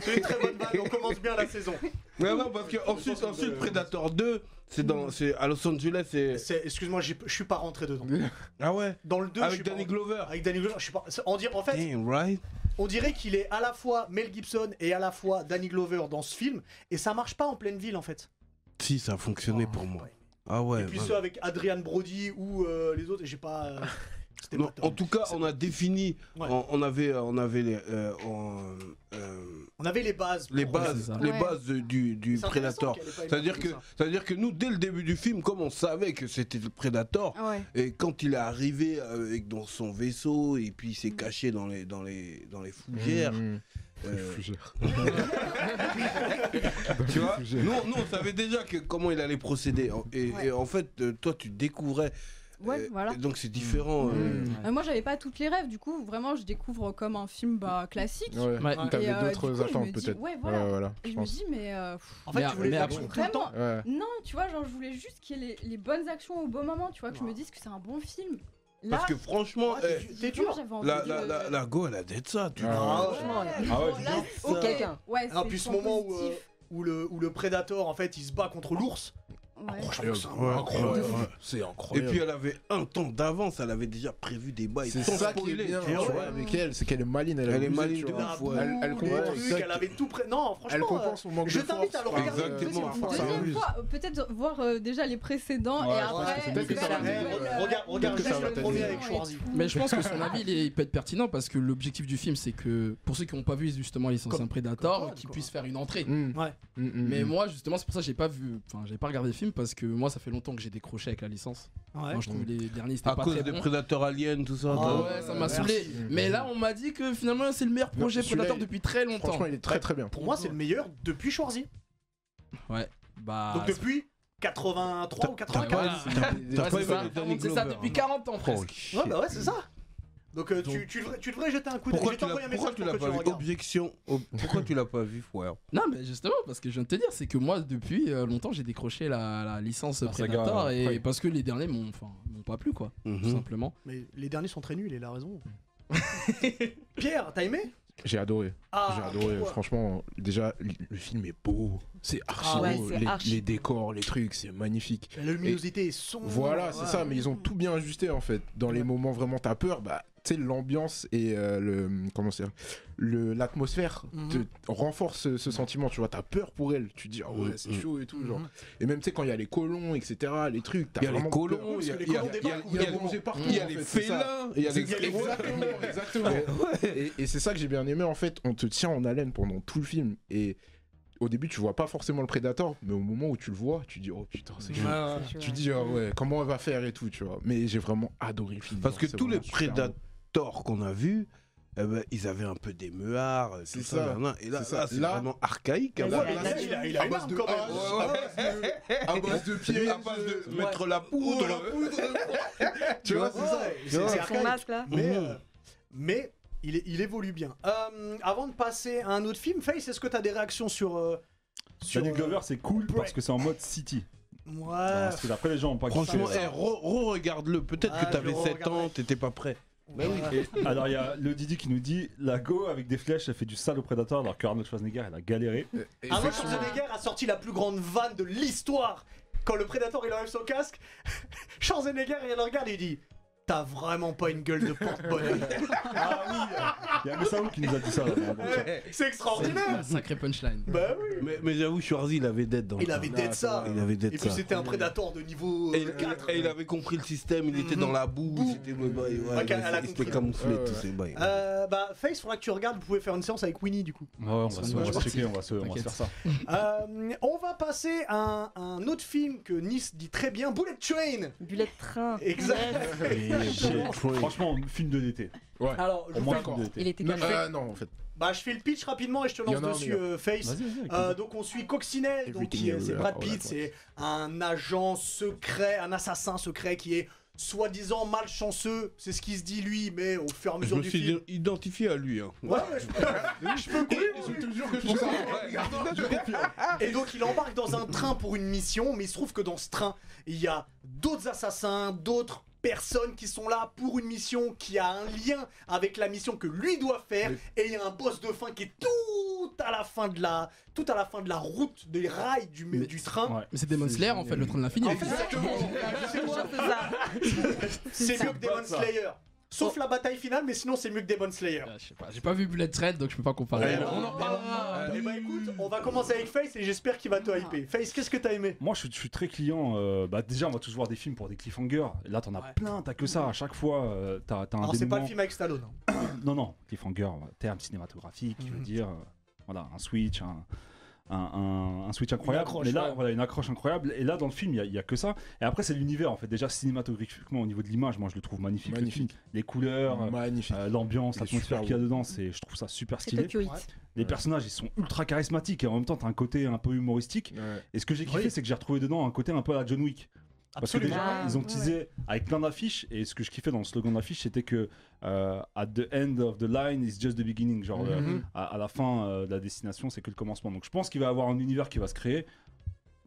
C'est une très bonne vanne. On commence bien la saison. Non, non, parce que ensuite, ensuite Predator 2, c'est dans, c'est à Los Angeles, c'est. C'est- Excuse-moi, j'ai- je suis pas rentré dedans. Ah ouais. Dans le 2, je Avec suis pas Danny rentré- Glover. Avec Danny Glover, je suis pas. c'est- On dirait, en fait, Damn right. on dirait qu'il est à la fois Mel Gibson et à la fois Danny Glover dans ce film, et ça marche pas en pleine ville en fait. *laughs* Si, ça a fonctionné Ah, pour moi. ouais. Ah ouais. Et puis voilà. ceux avec Adrian Brody ou euh, les autres, j'ai pas. euh, Non, en tout cas, on a défini, on, on avait, on avait les, euh, on, euh, On avait les bases. les pour- bases, Ouais. les bases de- du, du C'est intéressant Predator. qu'elle ait pas C'est-à-dire évoqué que, c'est-à-dire que nous, dès le début du film, comme on savait que c'était le Predator, Ouais. et quand il est arrivé avec dans son vaisseau et puis il Mm. s'est caché dans les, dans les, dans les fougères. Mhm. euh, *laughs* tu vois, nous, nous, on savait déjà que comment il allait procéder. Et, et en fait, euh, toi, tu découvrais. euh, Ouais, voilà. Et donc c'est différent. euh, Euh, moi, j'avais pas toutes les rêves, du coup, vraiment, je découvre comme un film bah, classique. Ouais, Ouais. Et, t'avais euh, d'autres du coup, je me attentes dis- peut-être. Ouais, voilà. Ouais, voilà, Et je je me pense. dis, mais. euh, pff, En fait, Mais- tu voulais mais les actions tout le vraiment, temps. Ouais. Non, tu vois, genre, je voulais juste qu'il y ait les, les bonnes actions au bon moment, tu vois, que je me dise que c'est un bon film. Là, Parce que franchement, Ah, eh, t'es- T'es dur. vraiment, Euh, j'avais envie la, de- la, la, la Go, elle a d'être ça. Tu Ah. vois. Franchement, ouais. Ah ouais, Là, c'est- Oh, quelqu'un. Ouais, Ah, c'est puis ce le moment où, positif. euh, où le, où le Predator, en fait, il se bat contre l'ours. Ouais. Franchement, c'est Ouais, incroyable. ouais, ouais. C'est incroyable. Et puis elle avait un temps d'avance, elle avait déjà prévu des bails. C'est sans ça qui est spoiler, bien tu vois. tu vois, avec elle, c'est qu'elle est maline. Elle, a Elle est abusé, maline tu de vois. D'un ouf, ouais. bout, Elle- elle des comprend, trucs, exact. elle avait tout prêt. Non, franchement. Elle euh, compense son manque de je force. t'invite à le regarder une Exactement, deuxième à force fois. à Deuxième fois, euh, peut-être voir euh, déjà les précédents Ouais, et je pense après. que c'est mieux que Regarde, ça va la t'aider. nouvelle, regarde, euh, regarde, regarde que ça juste va le t'aider. premier avec et Schwarzy. tout. Mais je pense que son avis il, est- il peut être pertinent parce que l'objectif du film c'est que pour ceux qui n'ont pas vu justement License Comme- un Predator, comme toi, qu'ils quoi. puissent faire une entrée. Mm. Ouais. Mm, mm, Mais mm. moi justement c'est pour ça que j'ai pas vu, enfin j'ai pas regardé le film parce que moi ça fait longtemps que j'ai décroché avec la licence. Ouais. Moi je Mm. trouve les derniers c'était À pas cause très des bon. prédateurs aliens, tout ça. Ah t'as- Ouais, ça m'a Merci. saoulé. Mais là on m'a dit que finalement c'est le meilleur Non, projet celui-là, Predator il- depuis très longtemps. Franchement, il est très très bien. Pour moi, c'est le meilleur depuis Schwarzy. Ouais. Bah Donc depuis 83 ou 84. pas- Des- Ouais, des- c'est pas ça. aimé les Danny C'est ça Glover, depuis hein. 40 ans presque. Ouais, bah ouais, c'est ça. Donc, euh, Tu, Donc- tu, devrais, tu devrais jeter un coup d'œil. Pourquoi J'ai tu l'as t'envoyé un pourquoi message tu pour l'as que tu pas le vu regardes. Objection. ob- Pourquoi tu l'as pas vu, frère Non mais justement parce que je viens de te dire c'est que moi depuis euh, longtemps j'ai décroché la, la licence La saga, euh, Mhm. Predator et ouais. parce que les derniers m'ont enfin, m'ont pas plu quoi tout simplement. Mais les derniers sont très nuls, il a raison. Pierre, t'as aimé J'ai adoré. Ah, J'ai adoré, ouais. franchement, déjà le le film est beau, c'est archi Ah ouais, beau, c'est les, archi les beau. décors, les trucs, c'est magnifique. La luminosité est sombre. Voilà, c'est Ouais. ça, mais ils ont tout bien ajusté en fait. Dans les moments vraiment t'as peur, bah tu sais l'ambiance et euh, le comment c'est le l'atmosphère te Mhm. renforce ce, ce sentiment, tu vois, t'as peur pour elle, tu te dis ah ouais, c'est Mhm. chaud et tout genre. Et même tu sais quand il y a les colons etc, les trucs, t'as Il y a les vraiment colons, peur. il y a parce que il les y a- colons il y a- débarquent au il y a bout d'un moment. mangé partout, il y a en les fait, c'est ça. félins, il y a les Exactement, exactement. Et, et c'est ça que j'ai bien aimé en fait, on te tient en haleine pendant tout le film et au début tu vois pas forcément le prédateur, mais au moment où tu le vois, tu dis oh putain c'est chaud. Tu dis ah ouais comment elle va faire et tout tu vois. Mais j'ai vraiment adoré le film. Parce genre, que c'est tous les vraiment super beau. prédateurs qu'on a vus, eh ben, ils avaient un peu des meuhards, euh, C'est tout ça. ça. nanana. Et là, C'est ça. là, c'est Là- vraiment archaïque. hein. Ouais, Là, mais là, là, c'est- il a- il a à une base arme de quand même. hache, à base de- à base de pieds, à base de ouais. mettre la poudre. Tu vois c'est ça. Ouais, c'est c'est Avec son archaïque. masque là. Mais, Mhm. euh, mais il, est- il évolue bien. Euh, avant de passer à un autre film, Face, est-ce que t'as des réactions sur. euh, Bah, sur Danny euh, Glover, c'est cool parce que c'est en mode city. Ouais. Parce que après, les gens ont pas Franchement, kiffé. eh, re- re-regarde-le. Peut-être Ah, que je Bah t'avais le 7 ans, t'étais pas prêt. Ouais. Et alors il y a le Didi qui nous dit la go avec des flèches ça fait du sale au prédateur alors que Arnold Schwarzenegger il a galéré. Euh, Et Arnold effectivement, Schwarzenegger a sorti la plus grande vanne de l'histoire. Quand le prédateur il enlève son casque, *laughs* Schwarzenegger il le regarde et il dit T'as vraiment pas une gueule de porte-bonheur. Ah oui Il y a Messao qui nous a dit ça. là, dans le chat. c'est extraordinaire. Sacré punchline. Bah oui. Mais, mais j'avoue, Schwarzy, il avait d'être dans Il le avait film. d'être ça. Il avait d'être Et puis ça. c'était un prédateur de niveau Et il, 4. et il avait compris le système, il était Mhm. dans la boue, Boue. c'était ouais, ouais, ouais, Ok, elle a il compris. s'était camouflé, Ouais, ouais, tous ouais. ces bails. Euh, bah, Face, faudra que tu regardes, vous pouvez faire une séance avec Winnie du coup. Ouais, on va se- on va se T'inquiète. checker, on va se on va se faire ça. Euh, on va passer à un, un autre film que Nice dit très bien, Bullet Train. Bullet train. Exact. *laughs* Shit. Franchement, film de l'été. Alors, je, Au moins, fais- film de l'été. Il était Non, comme euh, non en fait. bah, je fais le pitch rapidement et je te Il y lance en a un dessus, meilleur. euh, Face. Vas-y, vas-y, avec Euh, plaisir. donc on suit Coccinelle, donc Everything qui est- c'est everywhere, Oh, Brad all at Pitt, once. c'est un agent secret, un assassin secret qui est soi-disant malchanceux, c'est ce qu'il se dit lui, mais au fur et à Je mesure me du suis film. identifié à lui. Hein. Ouais, ouais, je Et donc il embarque dans un train pour une mission, mais il se trouve que dans ce train, il y a d'autres assassins, d'autres personnes qui sont là pour une mission qui a un lien avec la mission que lui doit faire et il y a un boss de fin qui est tout à la fin de la tout à la fin de la route des rails du Mais- du train Ouais. Mais c'est Demon Slayer en fait, le train de l'infini. En fait, c'est- C'est ça. c'est mieux que Demon Slayer Sauf la bataille finale, mais sinon c'est mieux que Demon Slayer. J'ai pas Ah, vu Bullet Train donc je peux pas comparer. Ouais, bah, on en reparlera. Eh bah écoute, on va commencer avec Face et j'espère qu'il va te hyper. Ah. Face, qu'est-ce que t'as aimé Moi, je, suis- je suis très client. euh, bah, déjà, on va tous voir des films pour des cliffhangers. Et Là, t'en as plein, t'as que ça. À chaque fois, euh, t'as t'as un Alors c'est pas le dénouement. film avec Stallone. hein. *coughs* non, non, cliffhanger, euh, terme cinématographique, je Mhm. veux dire, euh, voilà, un switch, un, un- un- un switch incroyable. accroche, mais là, ouais. voilà, une accroche incroyable. Et là, dans le film, il n'y a, que ça. Et après, c'est l'univers, en fait. Déjà, cinématographiquement, au niveau de l'image, moi, je le trouve magnifique. le Magnifique. film. Les couleurs, euh, euh, l'ambiance, Il est l'atmosphère super qu'il y a beau. dedans, c'est, je trouve ça super C'est stylé. Tokyo Heat. Les personnages, ils sont ultra charismatiques et en même temps, t'as un côté un peu humoristique. Et ce que j'ai kiffé, c'est que j'ai retrouvé dedans un côté un peu à la John Wick. Parce que Absolument. déjà, Ah, ils ont ouais, teasé avec plein d'affiches, et ce que je kiffais dans le slogan d'affiche, c'était que euh, At the end of the line is just the beginning. Genre, euh, Mhm. à, à la fin euh, de la destination, c'est que le commencement. Donc je pense qu'il va y avoir un univers qui va se créer.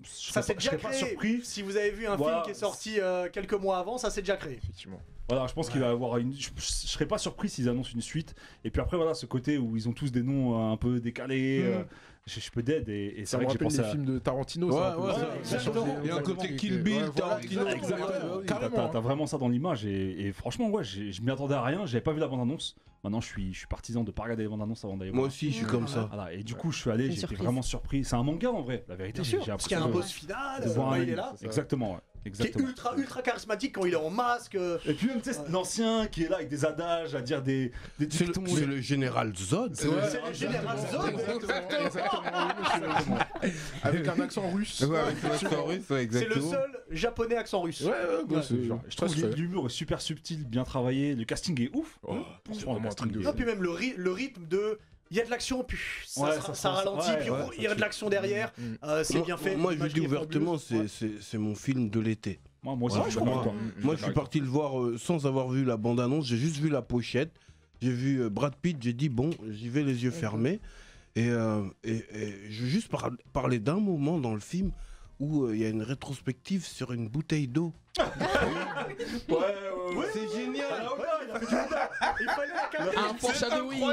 Je Ça serais s'est pas- je déjà serais pas créé. surpris. Si vous avez vu un Voilà. film qui est sorti euh, quelques mois avant, ça s'est déjà créé. Effectivement. Voilà, je pense qu'il va y avoir une. Je, je serais pas surpris s'ils annoncent une suite. Et puis après, voilà, ce côté où ils ont tous des noms euh, un peu décalés. Mm. Mhm. euh, je, je peux dead. Et, et c'est Ça vrai me que j'ai rappelle pensé les à- films de Tarantino. Ouais, ça, un peu. ouais, Ça, ouais, ça change exactement. les- Il y a un exactement. côté Kill Bill, Ouais, voilà, Tarantino, exactement. exactement. Ouais, T'as- carrément, T'as hein. t'as vraiment ça dans l'image et, et franchement ouais j'ai- je m'y attendais à rien, j'avais pas vu la bande annonce. Maintenant je suis, je suis partisan de pas regarder les bandes annonces avant d'aller Moi voir. aussi, Mm. je suis comme ça. Voilà, et du coup je suis allé, Une j'étais surprise. vraiment surpris. C'est un manga en vrai, la vérité. Bien j'ai- sûr, j'ai parce qu'il y a un l'impression boss final, de- de euh, voir un bah, il anime. est là. Exactement ouais. Qui est Exactement. ultra ultra charismatique quand il est en masque. euh, Et puis même tu sais, c'est l'ancien qui est là avec des adages à dire des des C'est le, dictons. c'est le général Zod. Ouais, C'est le général Zod. Exactement, exactement. Avec un accent russe. Ah Ouais, avec son accent russe, ouais, C'est le exactement. seul japonais accent russe. Ouais, ouais, gros, Ouais. c'est Genre, genre. je trouve ça se que fait. l'humour est super subtil, bien travaillé, le casting est ouf. Hein Oh, c'est Franchement, vraiment le un truc casting de est Non, puis même le, ry- le rythme de. Il y a de l'action, puis ça, Ouais, ça se- se ça sent- ralentit, ouais, puis ouais, on- ça il y a tue. de l'action derrière. Mm. euh, c'est Moi- bien fait. Moi, je l'image dis qui est ouvertement, fabuleuse. c'est- c'est c'est mon film de l'été. Moi, moi aussi, Ouais, je suis je d'accord comprends. avec toi. Moi, je suis parti le voir euh, sans avoir vu la bande-annonce. J'ai juste vu la pochette. J'ai vu euh, Brad Pitt. J'ai dit, bon, j'y vais les yeux fermés. Et, euh, et- et je veux juste par- parler d'un moment dans le film où euh, il y a une rétrospective sur une bouteille d'eau. Ouais, ouais, ouais. C'est génial! Ouais, il a fait du bien. Il fallait la capter. Un foreshadowing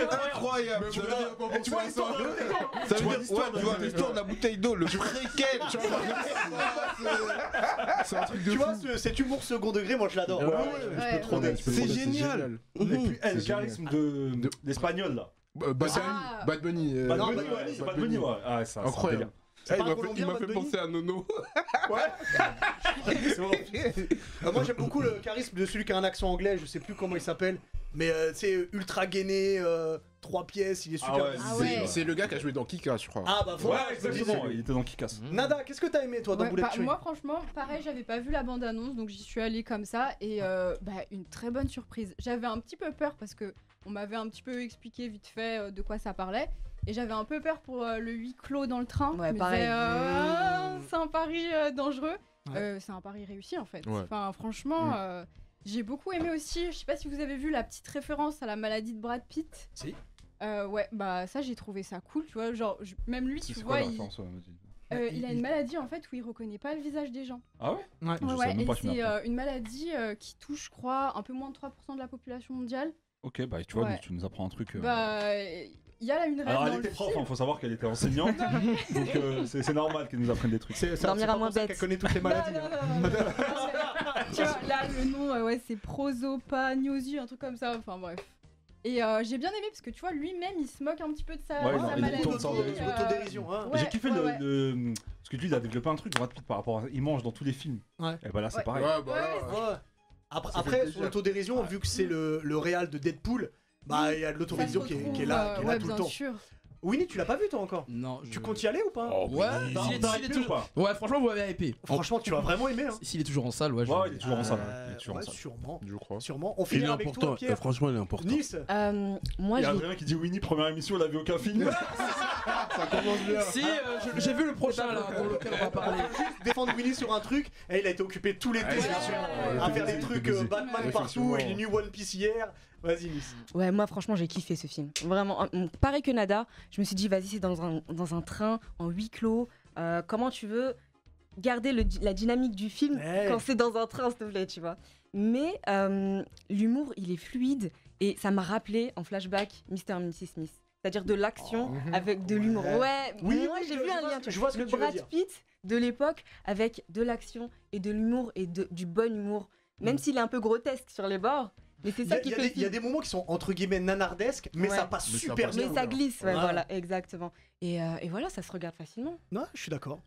Incroyable! Tu vois, Tu vois les temps de- ça veut dire- ouais, tu vois l'histoire de la bouteille d'eau, le préquel! tu vois. *laughs* C'est un truc de Tu fou. vois, ce- cet humour second degré, moi je l'adore. Ah Ouais, ouais, Ouais, trop ouais. bien, C'est peux demander, génial. Et puis, eh, le C'est génial. charisme de De- l'espagnol là. Euh, Bad Bunny. Ah. Bad Bunny. euh, Bad non, Bunny, Bad ouais, Bunny, c'est Bad Bunny, ouais. Ah, ça, Incroyable. C'est Eh, pas il m'a un fait- Colombien, il m'a Bad fait Bunny penser à *laughs* Nono. *laughs* C'est bon. Euh, Moi j'aime beaucoup le charisme de celui qui a un accent anglais, je sais plus comment il s'appelle, mais euh, c'est ultra gainé, euh, trois pièces, il est super. Ah ouais, Ah c'est- ouais. C'est le gars qui a joué dans Kika, je crois. Ah bah délire. voilà, Ouais, je te dis, exactement. c'est- Mmh. Il était dans Kikas. Nada, qu'est-ce que t'as aimé toi dans Ouais, Bullet bah, Train moi franchement, pareil, j'avais pas vu la bande-annonce, donc j'y suis allée comme ça et euh, bah, une très bonne surprise. J'avais un petit peu peur parce que on m'avait un petit peu expliqué vite fait euh, de quoi ça parlait et j'avais un peu peur pour euh, le huis clos dans le train. Ouais, Je me pareil. disais, euh, Mmh. c'est un pari euh, dangereux. Ouais. Euh, c'est un pari réussi en fait. Ouais. Enfin franchement, Mmh. euh, j'ai beaucoup aimé aussi. Je sais pas si vous avez vu la petite référence à la maladie de Brad Pitt. Si. Euh, ouais, bah ça j'ai trouvé ça cool, tu vois, genre je- même lui, tu C'est vois, quoi la il, référence, ouais, vas-y. euh, Il- il a il- une maladie en fait où il reconnaît pas le visage des gens. Ah ouais Je Ouais, savais ouais, même et pas, tu c'est m'apprends. euh, une maladie euh, qui touche, je crois, un peu moins de 3% de la population mondiale. Ok, bah tu vois, Ouais. donc tu nous apprends un truc. euh. Bah, il y a là une règle Alors, elle dans le était prof, film. il faut savoir qu'elle *laughs* était enseignante. donc, euh, c'est c'est normal qu'elle nous apprenne des trucs. C'est ça, Dormir c'est à pas moins pour ça bête. qu'elle connaît *laughs* toutes les Non, maladies. non, hein. non, non, non, non, non. tu vois, là, le nom, euh, ouais, c'est prosopagnosie, un truc comme ça, enfin bref. Et euh, j'ai bien aimé parce que tu vois, lui-même, il se moque un petit peu de sa, Ouais, sa non, il maladie. tourne ça en dérision. euh, Autodérision, hein. ouais, J'ai kiffé ouais, le, ouais. le- Parce que lui, il a développé un truc, Brad Pitt, par rapport à. Il mange dans tous les films. Ouais. Et bah là, c'est Ouais. pareil. Ouais, bah là, Ouais, ouais. Ouais. Après, Ça fait après plaisir. sur l'autodérision, vu que c'est le, le réal de Deadpool, bah il y a Ça de se l'autodérision qui, est- retrouve, qui est là, euh, qui est là ouais, tout bien le temps. sûr. Winnie, tu l'as pas vu toi encore Non, je... Tu comptes y aller ou pas Ouais, Bah, T'as- s'il est- t'as s'il est hypé toujours- ou pas Ouais, franchement, vous m'avez hypé. Franchement, tu vas vraiment aimer. Hein. S'il est toujours en salle, ouais. je- Ouais, il est toujours en salle. Il Euh, est toujours en ouais, salle. sûrement, Je crois. sûrement. On Il est finit avec important, toi, euh, Pierre. franchement, il est important. Nice. Euh, moi, Il y a je l'ai- Adrien qui dit Winnie, première émission, il a vu aucun film. Ça commence bien. Si, euh, je- j'ai vu le prochain là, dans lequel on va parler. Défendre Winnie sur un truc, et il a été occupé tous les deux Ouais, bien sûr, ouais, à ouais, faire ouais, des ouais, trucs ouais, euh, ouais, Batman ouais, partout. Il est effectivement. nu One Piece hier. Vas-y, Nice. Ouais, moi franchement j'ai kiffé ce film. Vraiment, euh, pareil que Nada, je me suis dit vas-y c'est dans un, dans un train, en huis clos, euh, comment tu veux garder le di- la dynamique du film Ouais. quand c'est dans un train s'il te plaît, tu vois. Mais euh, l'humour il est fluide et ça m'a rappelé en flashback Mr. and Mrs. Smith. C'est-à-dire de l'action avec de l'humour. Oh. Mhm. ouais. Ouais, Oui, moi oui, j'ai je- vu je un vois lien. ce- je vois ce que le tu veux Brad dire. Pitt de l'époque avec de l'action et de l'humour et de- du bon humour. même s'il est un peu grotesque sur les bords. Mais c'est Il Mm. y, ça a- qui il y a fait des- le il y a film. des moments qui sont entre guillemets nanardesques, mais Ouais. ça passe Mais ça super passe bien. Mais ça glisse, ouais, Voilà. voilà, exactement. Et, euh, et voilà, ça se regarde facilement. Non, je suis d'accord.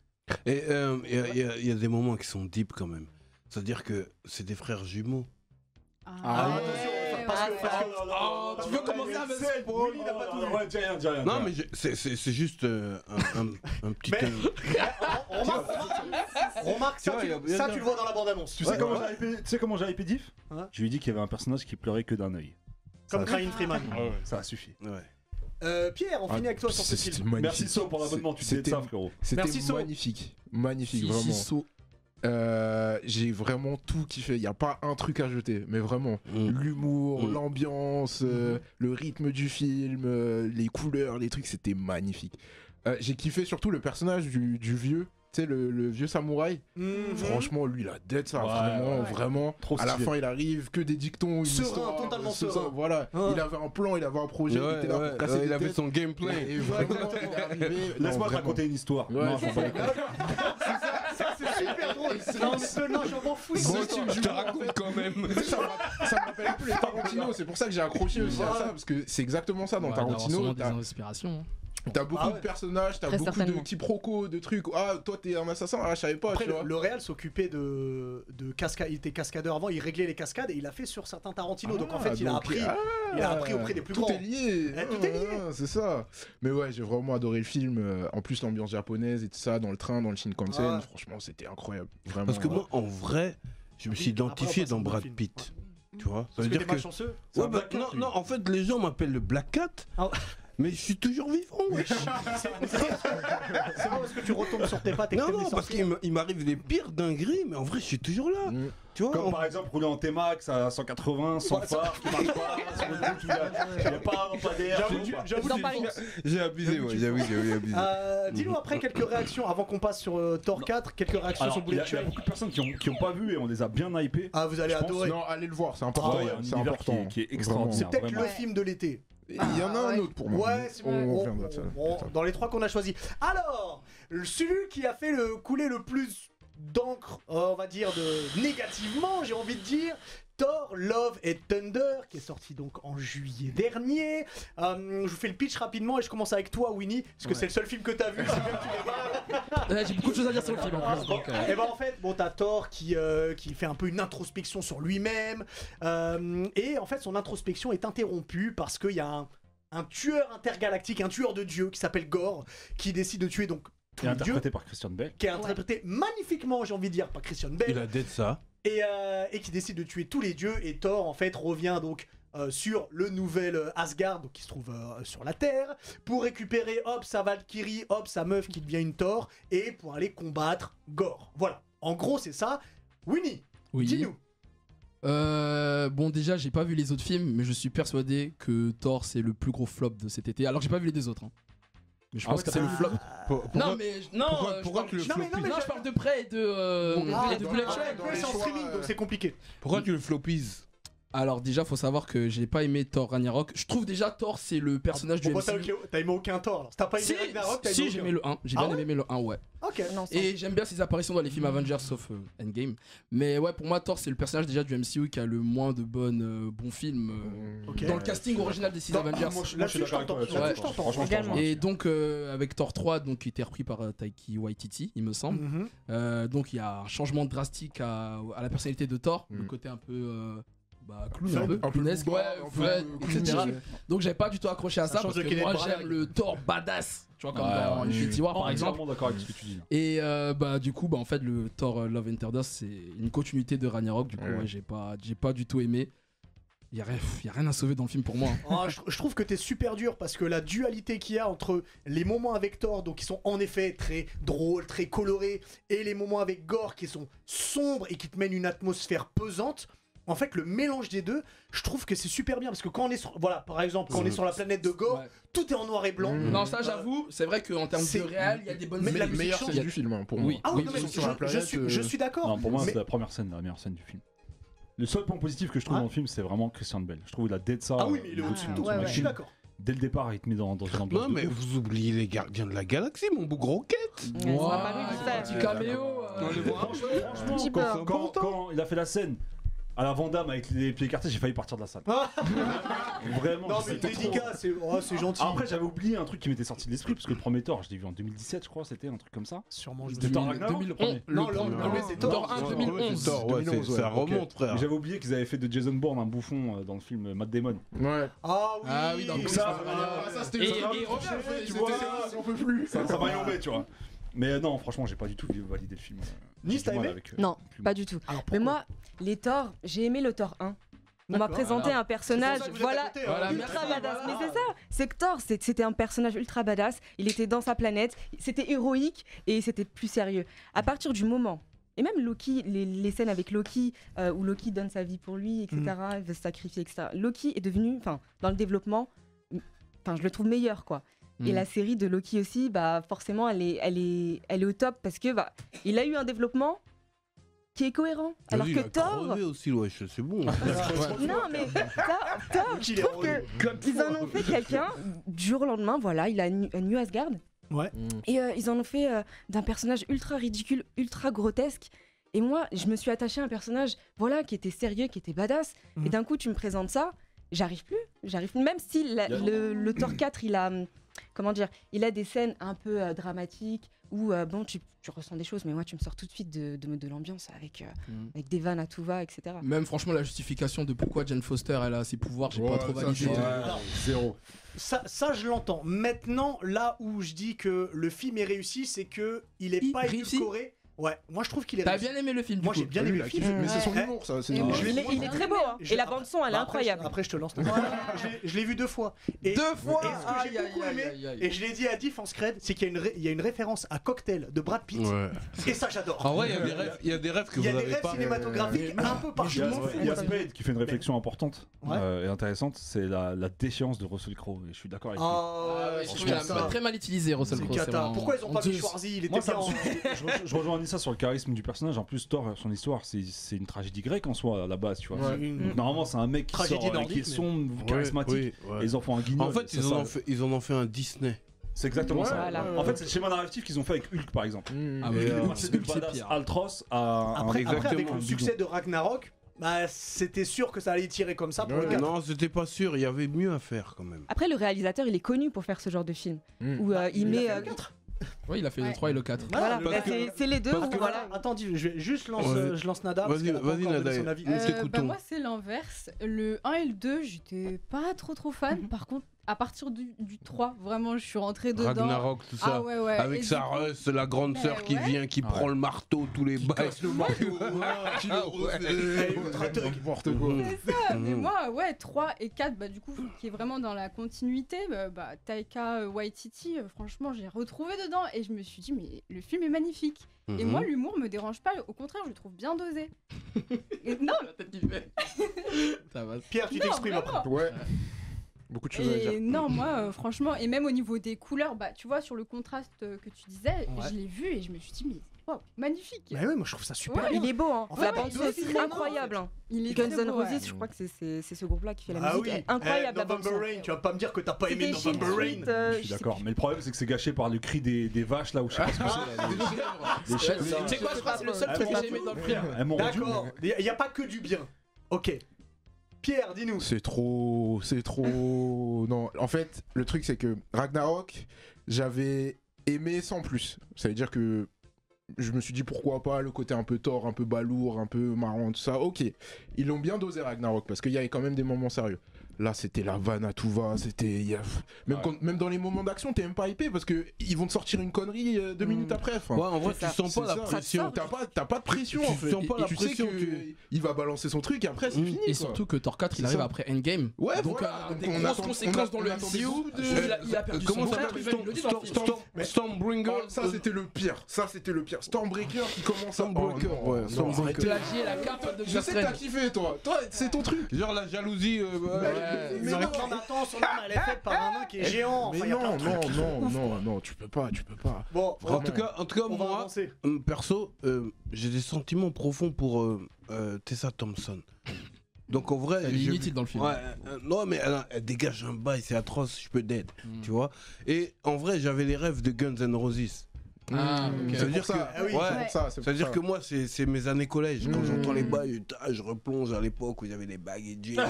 Et euh, il y a- il y, a- il y a des moments qui sont deep quand même. C'est-à-dire que c'est des frères jumeaux. Ah, attention, parce que. parce que- tu veux commencer à me Willy n'a pas tout vu. Ouais, dis rien, dis rien. dis Ah Non, rien. mais je- c'est- c'est c'est juste euh, un, un- un petit. *laughs* Mais- euh, Remarque, Hein remarque, Tu ça, vois, tu, il y a- il y a ça, bien- tu le vois dans la bande-annonce. Tu sais comment j'ai hypé- tu sais comment j'ai hypé Diff Hein Je lui ai dit qu'il y avait un personnage qui pleurait que d'un œil. Ça- Comme Crying Freeman. Ça a suffi. ouais. Euh, Pierre, on Ah, finit avec toi sur ce c'était film. magnifique. Merci So pour l'abonnement, tu sais de C'était- ça, frérot. Merci, C'était So. magnifique. Magnifique, vraiment. Euh, j'ai vraiment tout kiffé. Il n'y a pas un truc à jeter, mais vraiment. Mm. L'humour, Mm. l'ambiance, euh, le rythme du film, euh, les couleurs, les trucs, c'était magnifique. Euh, j'ai kiffé surtout le personnage du, du vieux, tu sais, le, le vieux samouraï. Mhm. Franchement, lui, la dette, ça, Ouais, vraiment, ouais. vraiment. Trop à la stylé. fin, il arrive, que des dictons. Une Serein, histoire, euh, totalement serein. Voilà, Ouais. il avait un plan, il avait un projet, il Ouais, était là ouais, pour casser ouais, des il avait têtes. son gameplay. Et vraiment, il est arrivé. Non, Laisse-moi te vraiment. raconter une histoire. Ouais, Non, je m'en bats les couilles. Ça, c'est super drôle. Non, mais non, je m'en fous. Bon, tu me Je te raconte quand même. ça m'a- ça m'appelle plus les Tarantino, c'est pour ça que j'ai accroché aussi à ça, parce que c'est exactement ça dans Tarantino. des T'as inspirations. t'as beaucoup Ah ouais. de personnages, t'as Très beaucoup de certainement. quiproquos, de trucs. Ah, toi t'es un assassin, ah, je savais pas, Après, tu le, vois. le Real s'occupait de, de cascade. Il était cascadeur avant, il réglait les cascades et il a fait sur certains Tarantino. donc en fait, Ah, il a donc, appris, ah, il a appris auprès des plus tout grands. Est lié. Eh, tout est lié. Ah, C'est ça. Mais ouais, j'ai vraiment adoré le film. euh, En plus, l'ambiance japonaise et tout ça, dans le train, dans le Shinkansen. Ah ouais. Franchement, c'était incroyable. Vraiment. Parce que ouais. moi, en vrai, je me suis Après, on identifié passe dans au Brad film. Pitt. Tu vois Ça Parce veut que t'es dire que. malchanceux. C'est Ouais, un bah, Black Cat, non, lui. non, en fait, les gens m'appellent le Black Cat. Ah. Mais je suis toujours vivant, wesh. *laughs* C'est c'est pas, c'est pas parce que tu retombes sur tes pattes et que Non, t'aimes les non, parce sorciers. qu'il me- il m'arrive des pires dingueries, mais en vrai, je suis toujours là. Mm. Tu vois Comme en- par exemple rouler en T-Max à 180, sans phare, tu marches pas, sur le bout, tu vas- il y a pas un Ah, PADR, tu vois pas. J'avoue, Dans tu- Paris. J'ai abusé, ouais, j'ai abusé, j'ai abusé. Mm. Euh, Dis-nous après quelques réactions avant qu'on passe sur euh, Thor 4. Quelques réactions Alors, sur il y, Bullet a- il y a Train. beaucoup de personnes qui ont, qui ont pas vu et on les a bien hypés. Ah, vous allez je pense, Ah adorer. Non, allez le voir, c'est important. Ouais, il y a un c'est univers important. qui- qui est extraordinaire. C'est peut-être Vraiment. le film de l'été. Il y en a Ah, un ouais. autre pour moi. Ouais, c'est On vrai. On- reviendra de ça. on- dans les trois qu'on a choisis. Alors, celui qui a fait le couler le plus d'encre, euh, on va dire de négativement, j'ai envie de dire. Thor, Love et Thunder, qui est sorti donc en juillet dernier. Euh, je vous fais le pitch rapidement et je commence avec toi, Winnie, parce que c'est le seul film que *laughs* t'as vu. c'est bien que tu l'aies pas. J'ai beaucoup de choses à dire sur le film en plus. donc, euh, Et ben en fait, bon, t'as Thor qui, euh, qui fait un peu une introspection sur lui-même. euh, et en fait, son introspection est interrompue parce qu'il y a un, un tueur intergalactique, un tueur de dieu qui s'appelle Gore, qui décide de tuer donc tous Qui est les dieux, interprété par Christian Bell. qui est interprété magnifiquement, j'ai envie de dire, par Christian Bale, Il a d'être ça. et, euh, et qui décide de tuer tous les dieux. Et Thor, en fait, revient donc. euh, sur le nouvel euh, Asgard donc, qui se trouve euh, sur la Terre pour récupérer hop sa Valkyrie hop sa meuf qui devient une Thor et pour aller combattre Gore voilà en gros c'est ça Winnie oui. Dis-nous. Euh, bon, déjà, j'ai pas vu les autres films, mais je suis persuadé que Thor c'est le plus gros flop de cet été. Alors, j'ai pas vu les deux autres. hein. Mais je Ah pense ouais, que c'est le t'as- flop. non, Pourquoi- mais je- non, pourquoi- euh, je pourquoi parle- tu le non, mais- non, mais floppies je parle de près et de, euh, Bon, Ah, et de dans- Bullet dans- Train. dans dans les les c'est en choix, streaming, euh, donc c'est compliqué. Pourquoi tu le flopises Alors, déjà, faut savoir que j'ai pas aimé Thor Ragnarok. Je trouve déjà Thor c'est le personnage du Bon, bah, t'as MCU. ok- t'as aimé aucun tort. Alors, si t'as pas aimé Si, Ragnarok, t'as aimé si aucun. j'ai aimé le 1, j'ai Ah bien aimé le 1, ouais. Ok. Non, sans- Et j'aime bien ses apparitions dans les films Avengers sauf euh, Endgame. Mais ouais, pour moi, Thor, c'est le personnage déjà du MCU qui a le moins de bonnes, euh, bons films euh, Ok. dans le casting original des 6 Dans- Ah, Avengers. moi, je- Moi, je suis Là-dessus, d'accord avec toi, je t'entends. là-dessus. Là-dessus, je t'entends. Franchement, je te rejoins. Et donc, euh, avec Thor 3, donc, qui était repris par euh, Taiki Waititi, il me semble. Mhm. Euh, donc, il y a un changement drastique à, à la personnalité de Thor, le Mhm. côté un peu. euh, bah, clown, Un un peu, peu clownesque, ouais, boubar, un peu ouais, clown, etc. ouais. Donc, j'avais pas du tout accroché à Ça ça, change parce de que Kenneth moi, Branagh. j'aime le Thor badass, tu vois, comme dans Ouais, ouais, Infinity War, par exemple. Oh, Entièrement d'accord avec ce que tu dis. Et euh, bah du coup bah en fait le Thor euh, Love and Thunder c'est une continuité de Ragnarok du coup Ouais. ouais, j'ai pas j'ai pas du tout aimé. Il y, a rien- pff, y a rien à sauver dans le film pour moi. hein. Ah, je, je trouve que t'es super dur parce que la dualité qu'il y a entre les moments avec Thor, donc qui sont en effet très drôles, très colorés, et les moments avec Gore qui sont sombres et qui te mènent une atmosphère pesante. En fait, le mélange des deux, je trouve que c'est super bien parce que quand on est sur, voilà, par exemple, quand on est sur la planète de Gore, Ouais. Mm. tout est en noir et blanc. Mmh. Non ça j'avoue, c'est vrai qu'en termes Mm. C'est- de réel, il y a des bonnes Mais Mais la la idées. musique meilleure change. scène du film, hein, pour Oui. moi. Ah oui, Oui, non, mais ils sont je, sur la je planète, suis, euh, je suis d'accord. Non, pour moi, mais- c'est la première scène, la meilleure scène du film. Le seul point positif que je trouve Ouais. dans le film, c'est vraiment Christian Bell. Je trouve il a dead ça Ah oui, mais il est euh, au-dessus de de tout. son Je suis machine. d'accord. Dès le départ, il te met dans, dans une ambiance. Non, de mais ouf. vous oubliez les gardiens de la galaxie, mon beau gros quête Ouais, c'est pas lui qui Wow, sert. petit caméo. euh, Franchement, Petit quand- beurre. quand, quand il a fait la scène à la Vandame avec les pieds écartés, j'ai failli partir de la salle. Ah. Vraiment, Non, je mais sais pas dédicace, c'est oh, c'est gentil. Après, j'avais oublié un truc qui m'était sorti de l'esprit, parce que le premier Thor, je l'ai vu en 2017, je crois, c'était un truc comme ça. Sûrement, je me C'était Thor souviens. Ragnarok 2000 le premier. Non, le premier. premier, c'est Thor. Thor 1 2011. Thor, ouais, 2011, c'est- ouais, ça ok. remonte, frère. Mais J'avais oublié qu'ils avaient fait de Jason Bourne un bouffon euh, dans le film Matt Damon. Ouais. Ah oui, Ah oui, dans le Donc ça, Ah, ça c'était Et- une et- drame, et- ouais, tu c'était- vois, j'en peux plus. Ça ça m'a embêté, tu vois. Mais euh, non, franchement, j'ai pas du tout validé le film. euh, Nice, t'as aimé Non, pas du tout. Alors, Mais moi, les torts, j'ai aimé le tort 1. On m'a D'accord, présenté voilà. un personnage, C'est pour ça que vous êtes à voilà, côté, hein. Voilà, ultra merci, badass. voilà. Mais c'est ça, c'est que Thor, c'est- c'était un personnage ultra badass, il était dans sa planète, c'était héroïque et c'était plus sérieux. À partir du moment, et même Loki, les, les scènes avec Loki, euh, où Loki donne sa vie pour lui, etc., Mm. il veut se sacrifier, etc. Loki est devenu, enfin, dans le développement, enfin, je le trouve meilleur, quoi. Et Mm. la série de Loki aussi, bah forcément, elle est, elle est, elle est au top parce que bah, il a eu un développement qui est cohérent. Alors Vas-y, que Ah il a Thor, crevé aussi, ouais, je- c'est bon. non mais Thor, Thor, je trouve que ils en ont fait quelqu'un du jour au lendemain. Voilà, il a nu un nu Asgard. Ouais. Mm. Et euh, ils en ont fait euh, d'un personnage ultra ridicule, ultra grotesque. Et moi, je me suis attachée à un personnage, voilà, qui était sérieux, qui était badass. Mhm. Et d'un coup, tu me présentes ça, j'arrive plus, j'arrive plus. Même si la- Bien. le, le *coughs* Thor 4, il a, hum, comment dire, il a des scènes un peu euh, dramatiques où euh, bon, tu, tu ressens des choses, mais moi, tu me sors tout de suite de, de, de l'ambiance avec, euh, Mhm. avec des vannes à tout va, etc. Même franchement, la justification de pourquoi Jane Foster elle a ses pouvoirs, j'ai pas Ouais, trop ça, validé. c'est- Zéro. Ça, ça, je l'entends. Maintenant, là où je dis que le film est réussi, c'est que il est Il pas réussi édulcoré. Ouais, moi je trouve qu'il est T'as réussi. bien aimé le film du Moi coup. j'ai bien Lui, aimé il le a film. kiffé, bah, mais c'est son Eh, humour, ça. c'est- et moi, Je l'ai- Il est, il est très beau, hein. Je- et la bande son, elle est Bah, après, je- incroyable. Après, je te lance. Ouais, je l'ai- je l'ai vu deux fois. Et- Deux fois et ce que j'ai Aïe, beaucoup aïe, aimé, aïe, aïe. Et je l'ai dit à Diff en scred, c'est qu'il y, a une ré- il y a une référence à Cocktail de Brad Pitt. Ouais. Et ça, j'adore. En vrai, il y a des rêves- il y a des rêves que Il y vous a des n'avez rêves pas. cinématographiques un peu Il y partout. a, Je m'en fous, il y a moi, ça. Spade qui fait une réflexion importante Ouais. euh, et intéressante, c'est la, la déchéance de Russell Crowe. Et je suis d'accord avec lui. Ah, Ah ouais, je franchement, trouve qu'il a ça, très mal utilisé Russell c'est Crowe. c'est cata. vraiment Pourquoi ils ont pas mis honteuse. Schwarzy Il était Moi, ça bien. hein. me saoule. en- je, re- je rejoins Anissa sur le charisme du personnage. En plus, Thor, son histoire, c'est- c'est une tragédie grecque en soi à la base, tu vois. Ouais. Une- Donc, normalement, c'est un mec qui, Mmh. Tragédie sort, euh, nordique, qui est sombre, Ouais, charismatique. oui, ouais. Et ils en font un guignol. En fait, c'est ils en, ça. ont fait, ils en ont fait un Disney. C'est exactement ça. Voilà. En fait, c'est le schéma narratif qu'ils ont fait avec Hulk, par exemple. Mm. Ah Et, oui, euh, Hulk, c'est Hulk, le c'est badass pire. Altros à un- Après, après, avec exactement le succès de Ragnarok, bah, c'était sûr que ça allait tirer comme ça pour le Ouais. quatre. Non, c'était pas sûr, il y avait mieux à faire quand même. Après, le réalisateur, il est connu pour faire ce genre de film. Mhm. Mm. Où euh, Bah, il a met. fait le euh, quatre. Ouais, il a fait Ouais. le 3 et le 4. Ah, voilà, le bah, quatre. c'est c'est les deux. parce où, que- voilà. Attends, dis, je, vais juste lance, Ouais. euh, je lance Nada. parce Vas-y, qu'elle a pas vas-y, encore donné Nada. son avis. Nous Euh, bah, t'écoutons. moi c'est l'inverse. Le 1 et le 2, j'étais pas trop trop Mhm. fan. Par contre, à partir du, du 3, vraiment, je suis rentrée dedans. Ragnarok, tout ça. ah ouais ouais. Et Avec du sa coup- Russ, la grande Bah sœur qui ouais. vient, qui Ah prend le marteau, tous les bails. *laughs* casse le marteau. *laughs* Qui le rose- Ultra thug. N'importe quoi. Mhm. *laughs* Ah, mais Mhm. moi, ouais, 3 et 4, bah, du coup, qui est vraiment dans la continuité, bah, bah, Taika euh, Waititi, euh, franchement, j'ai retrouvé dedans et je me suis dit, mais le film est magnifique. Et Mhm. moi, l'humour me dérange pas, au contraire, je le trouve bien dosé. Et- non, Ça va. Pierre, tu non, t'exprimes vraiment. après. Ouais. Beaucoup de choses à Et dire. non, moi, euh, franchement, et même au niveau des couleurs, bah, tu vois, sur le contraste euh, que tu disais, Ouais. je l'ai vu et je me suis dit, mais waouh, magnifique! Bah ouais, moi je trouve ça super. Ouais, bien. Il est beau, hein. En fait, la ouais, bande il est son, aussi c'est très incroyable. hein. Il est Guns très N' beau, ouais. Roses, je crois que c'est- c'est c'est ce groupe-là qui fait la Ah musique. oui. Elle- Incroyable Eh, la bande November son. Rain, tu vas pas me dire que t'as pas aimé C'était chez November Rain. Sweet, euh, Je suis je sais d'accord. Mais le problème, c'est que c'est gâché par le cri des, des vaches là où je sais pas ce que c'est. Ah, là, les- les chèvres, Tu ça. sais quoi, je crois que c'est le seul Ah, truc bon, que j'ai aimé dans le film. Elles m'ont rendu- D'accord, il n'y a pas que du bien. Ok. Pierre, dis-nous. C'est trop, c'est trop. Non, en fait, le truc c'est que Ragnarok, j'avais aimé sans plus. Ça veut dire que je me suis dit pourquoi pas le côté un peu tort, un peu balourd, un peu marrant, tout ça. Ok, ils l'ont bien dosé Ragnarok parce qu'il y avait quand même des moments sérieux. Là, c'était la vanne à tout va, c'était il y a- même, Ouais. quand- même dans les moments d'action, t'es même pas hypé parce que ils vont te sortir une connerie euh, deux Mm. minutes après. enfin. Ouais, en vrai, tu C'est sens ça. pas la C'est ça. pression. T'as pas, t'as pas de pression Tu en fait. sens Et- pas et la tu pression, sais que tu- il va balancer son truc et après c'est Mm. fini. Et quoi. surtout que Thor 4 il C'est arrive ça. après Endgame. Ouais, donc voilà. euh, des On grosses attend- conséquences on- dans le on attendait MCU. beaucoup de- Euh, où il a- il a perdu Comment son ça frère, s'appelle il le dit dans le Storm- film. Storm- Stormbringer Oh, ça c'était le pire, ça c'était le pire. Stormbreaker qui commence à. Stormbreaker, Oh, non, ouais, non, Stormbreaker. arrêtez. Plagier la carte de Je Doctor sais que t'as Strange. kiffé toi, toi c'est ton truc. Genre la jalousie. euh, bah, Ouais. Ils auraient non, mais attends, son arme, elle est faite par un nain *laughs* qui est géant. Mais Enfin, y a plein non, de trucs non, qui sont non, ouf, non, quoi. non, tu peux pas, tu peux pas. Bon, Vraiment. En tout cas, en tout cas on va moi, avancer. euh, perso, euh, j'ai des sentiments profonds pour euh, euh, Tessa Thompson. Donc en vrai, Elle est j'ai- inutile dans le film. Ouais, euh, non mais elle, a- elle dégage un bail, c'est atroce, je peux d'aide, Mm. tu vois. Et en vrai, j'avais les rêves de Guns N' Roses. Ah, ok. Ça veut dire que, Ah oui, ouais. c'est pour ça, c'est Ça veut pour dire ça. que moi, c'est c'est mes années collège. Quand Hmm. Mmh. j'entends les bails, putain, je replonge à l'époque où il y avait les bagues et jeans.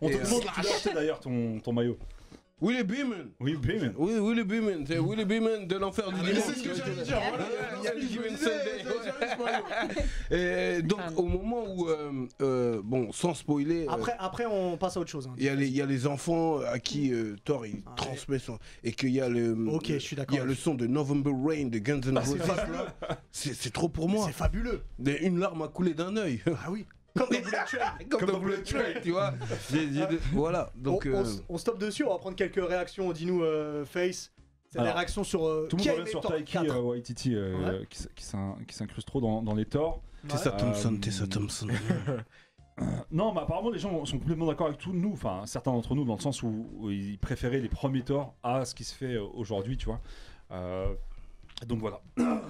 On te Et, euh, demande, tu l'as acheté d'ailleurs ton, ton maillot. Willy Beeman Oui, Beeman. Oui, Willy Beeman, c'est Willy Beeman de l'enfer Ah, du Mais dimanche. c'est ce que j'allais dire. voilà, Il y c'est a ce que je Give me and disais, Sunday. j'avais jamais ce maillot. Et euh, donc, au moment où, euh, euh, bon, sans spoiler, euh, Après, après, on passe à autre chose. hein. il y, a les- il y a les enfants à qui euh, Thor il transmet son. Et qu'il y a le. Ok, je suis d'accord. Il y a le son de November Rain de Guns N' Ah, c'est Roses. fabuleux. C'est c'est trop pour moi. C'est fabuleux. Des- Une larme a coulé d'un œil. Ah oui. Comme *laughs* dans Bullet Train. Comme dans Bullet Train, tu vois. J'ai- j'ai- Voilà, donc. on, on euh, s- on stoppe dessus, on va prendre quelques réactions. Dis-nous, euh, Face. C'est des Alors, réactions sur. euh, Tout le qui monde a revient aimé sur Thor Taiki 4. euh, Waititi euh, qui s- qui s'in- qui s'incruste trop dans, dans les torts. Tessa Ouais. Thompson, Euh, Tessa Thompson. *laughs* Non, mais apparemment les gens sont complètement d'accord avec tout nous, enfin certains d'entre nous, dans le sens où, où ils préféraient les premiers torts à ce qui se fait euh, aujourd'hui, tu vois. Euh, donc voilà.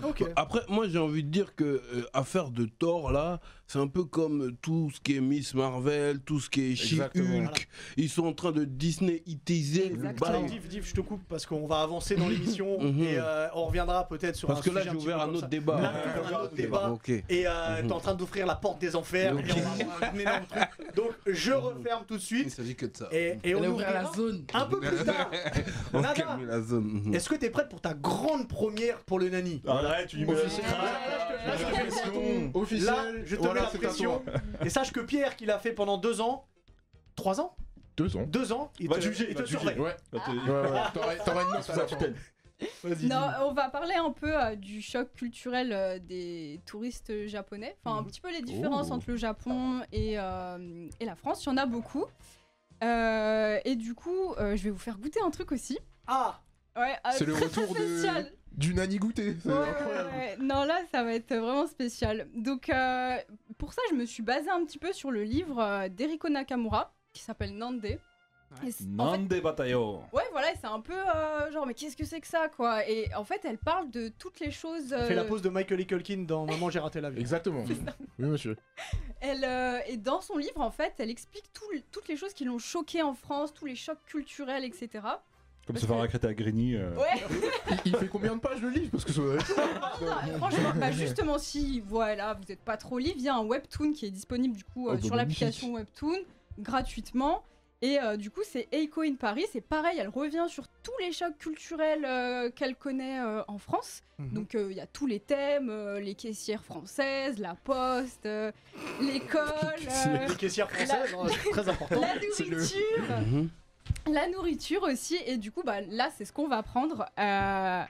Ok. Après, moi j'ai envie de dire que euh, affaire de Thor là, c'est un peu comme euh, tout ce qui est Miss Marvel, tout ce qui est She-Hulk. Exactement. Ils sont en train de Disney itiser le Tiens, bail. Div, Div, je te coupe parce qu'on va avancer dans l'émission *laughs* Mhm. et euh, on reviendra peut-être sur Parce un que là sujet j'ai un petit ouvert peu un comme autre ça. débat. Ah, Là, on ouvre un autre débat. Ok. Et euh, Mhm. t'es en train d'ouvrir la porte des enfers et on va *laughs* avoir un énorme truc. Donc je referme tout de Mhm. Il suite s'agit que de ça. et, et on Elle a ouvert ouvrira la zone. un peu plus tard. *laughs* On Nada, calme la zone. Mhm. est-ce que t'es prête pour ta grande première pour le Nani Arrête, tu Officiel. Là, je te- là, je te mets- Officiel, Là, je te voilà, mets la c'est à pression. toi. Et sache que Pierre, qu'il a fait pendant deux ans, trois ans, Deux ans. deux ans, il Va te, juger, il va te juger. surveille. Ouais, ouais, ouais. T'aurais *laughs* t'aurais une note à la fin. Ah. Vas-y. Non, on va parler un peu euh, du choc culturel euh, des touristes japonais. Enfin, un Mm. petit peu les différences Oh. entre le Japon et, euh, et la France. Il y en a beaucoup. Euh, et du coup, euh, je vais vous faire goûter un truc aussi. Ah, Ouais, euh, C'est le très, retour très de- spécial. Du nani goûté. *laughs* c'est Ouais, incroyable. ouais, ouais. Non, là, ça va être vraiment spécial. Donc, euh, pour ça, je me suis basée un petit peu sur le livre euh, d'Eriko Nakamura qui s'appelle Nande. Et c- en fait, Nande Batayo. ouais, voilà, c'est un peu euh, genre, mais qu'est-ce que c'est que ça, quoi Et en fait, elle parle de toutes les choses. Fais la euh, pause de Michael E. Culkin dans Maman, j'ai raté la vie. Exactement. Oui, *laughs* monsieur. Elle, euh, et dans son livre, en fait, elle explique tout le- toutes les choses qui l'ont choquée en France, tous les chocs culturels, etc. Comme se faire raqueter à Grigny. euh, Ouais, *laughs* Il, il fait combien de pages le livre Parce que ça doit être- non, franchement, *laughs* bah justement, si voilà, vous n'êtes pas trop libre, il y a un webtoon qui est disponible du coup euh, Oh, bah, sur l'application Webtoon gratuitement. Et euh, du coup, c'est Eiko in Paris. C'est pareil, elle revient sur tous les chocs culturels euh, qu'elle connaît euh, en France. Mhm. Donc, euh, il y a tous les thèmes euh, les caissières françaises, la poste, *laughs* euh, l'école, euh, Les caissières françaises, hein, c'est très important. la nourriture. Mhm. euh, La nourriture aussi, et du coup, bah, là, c'est ce qu'on va prendre. Euh,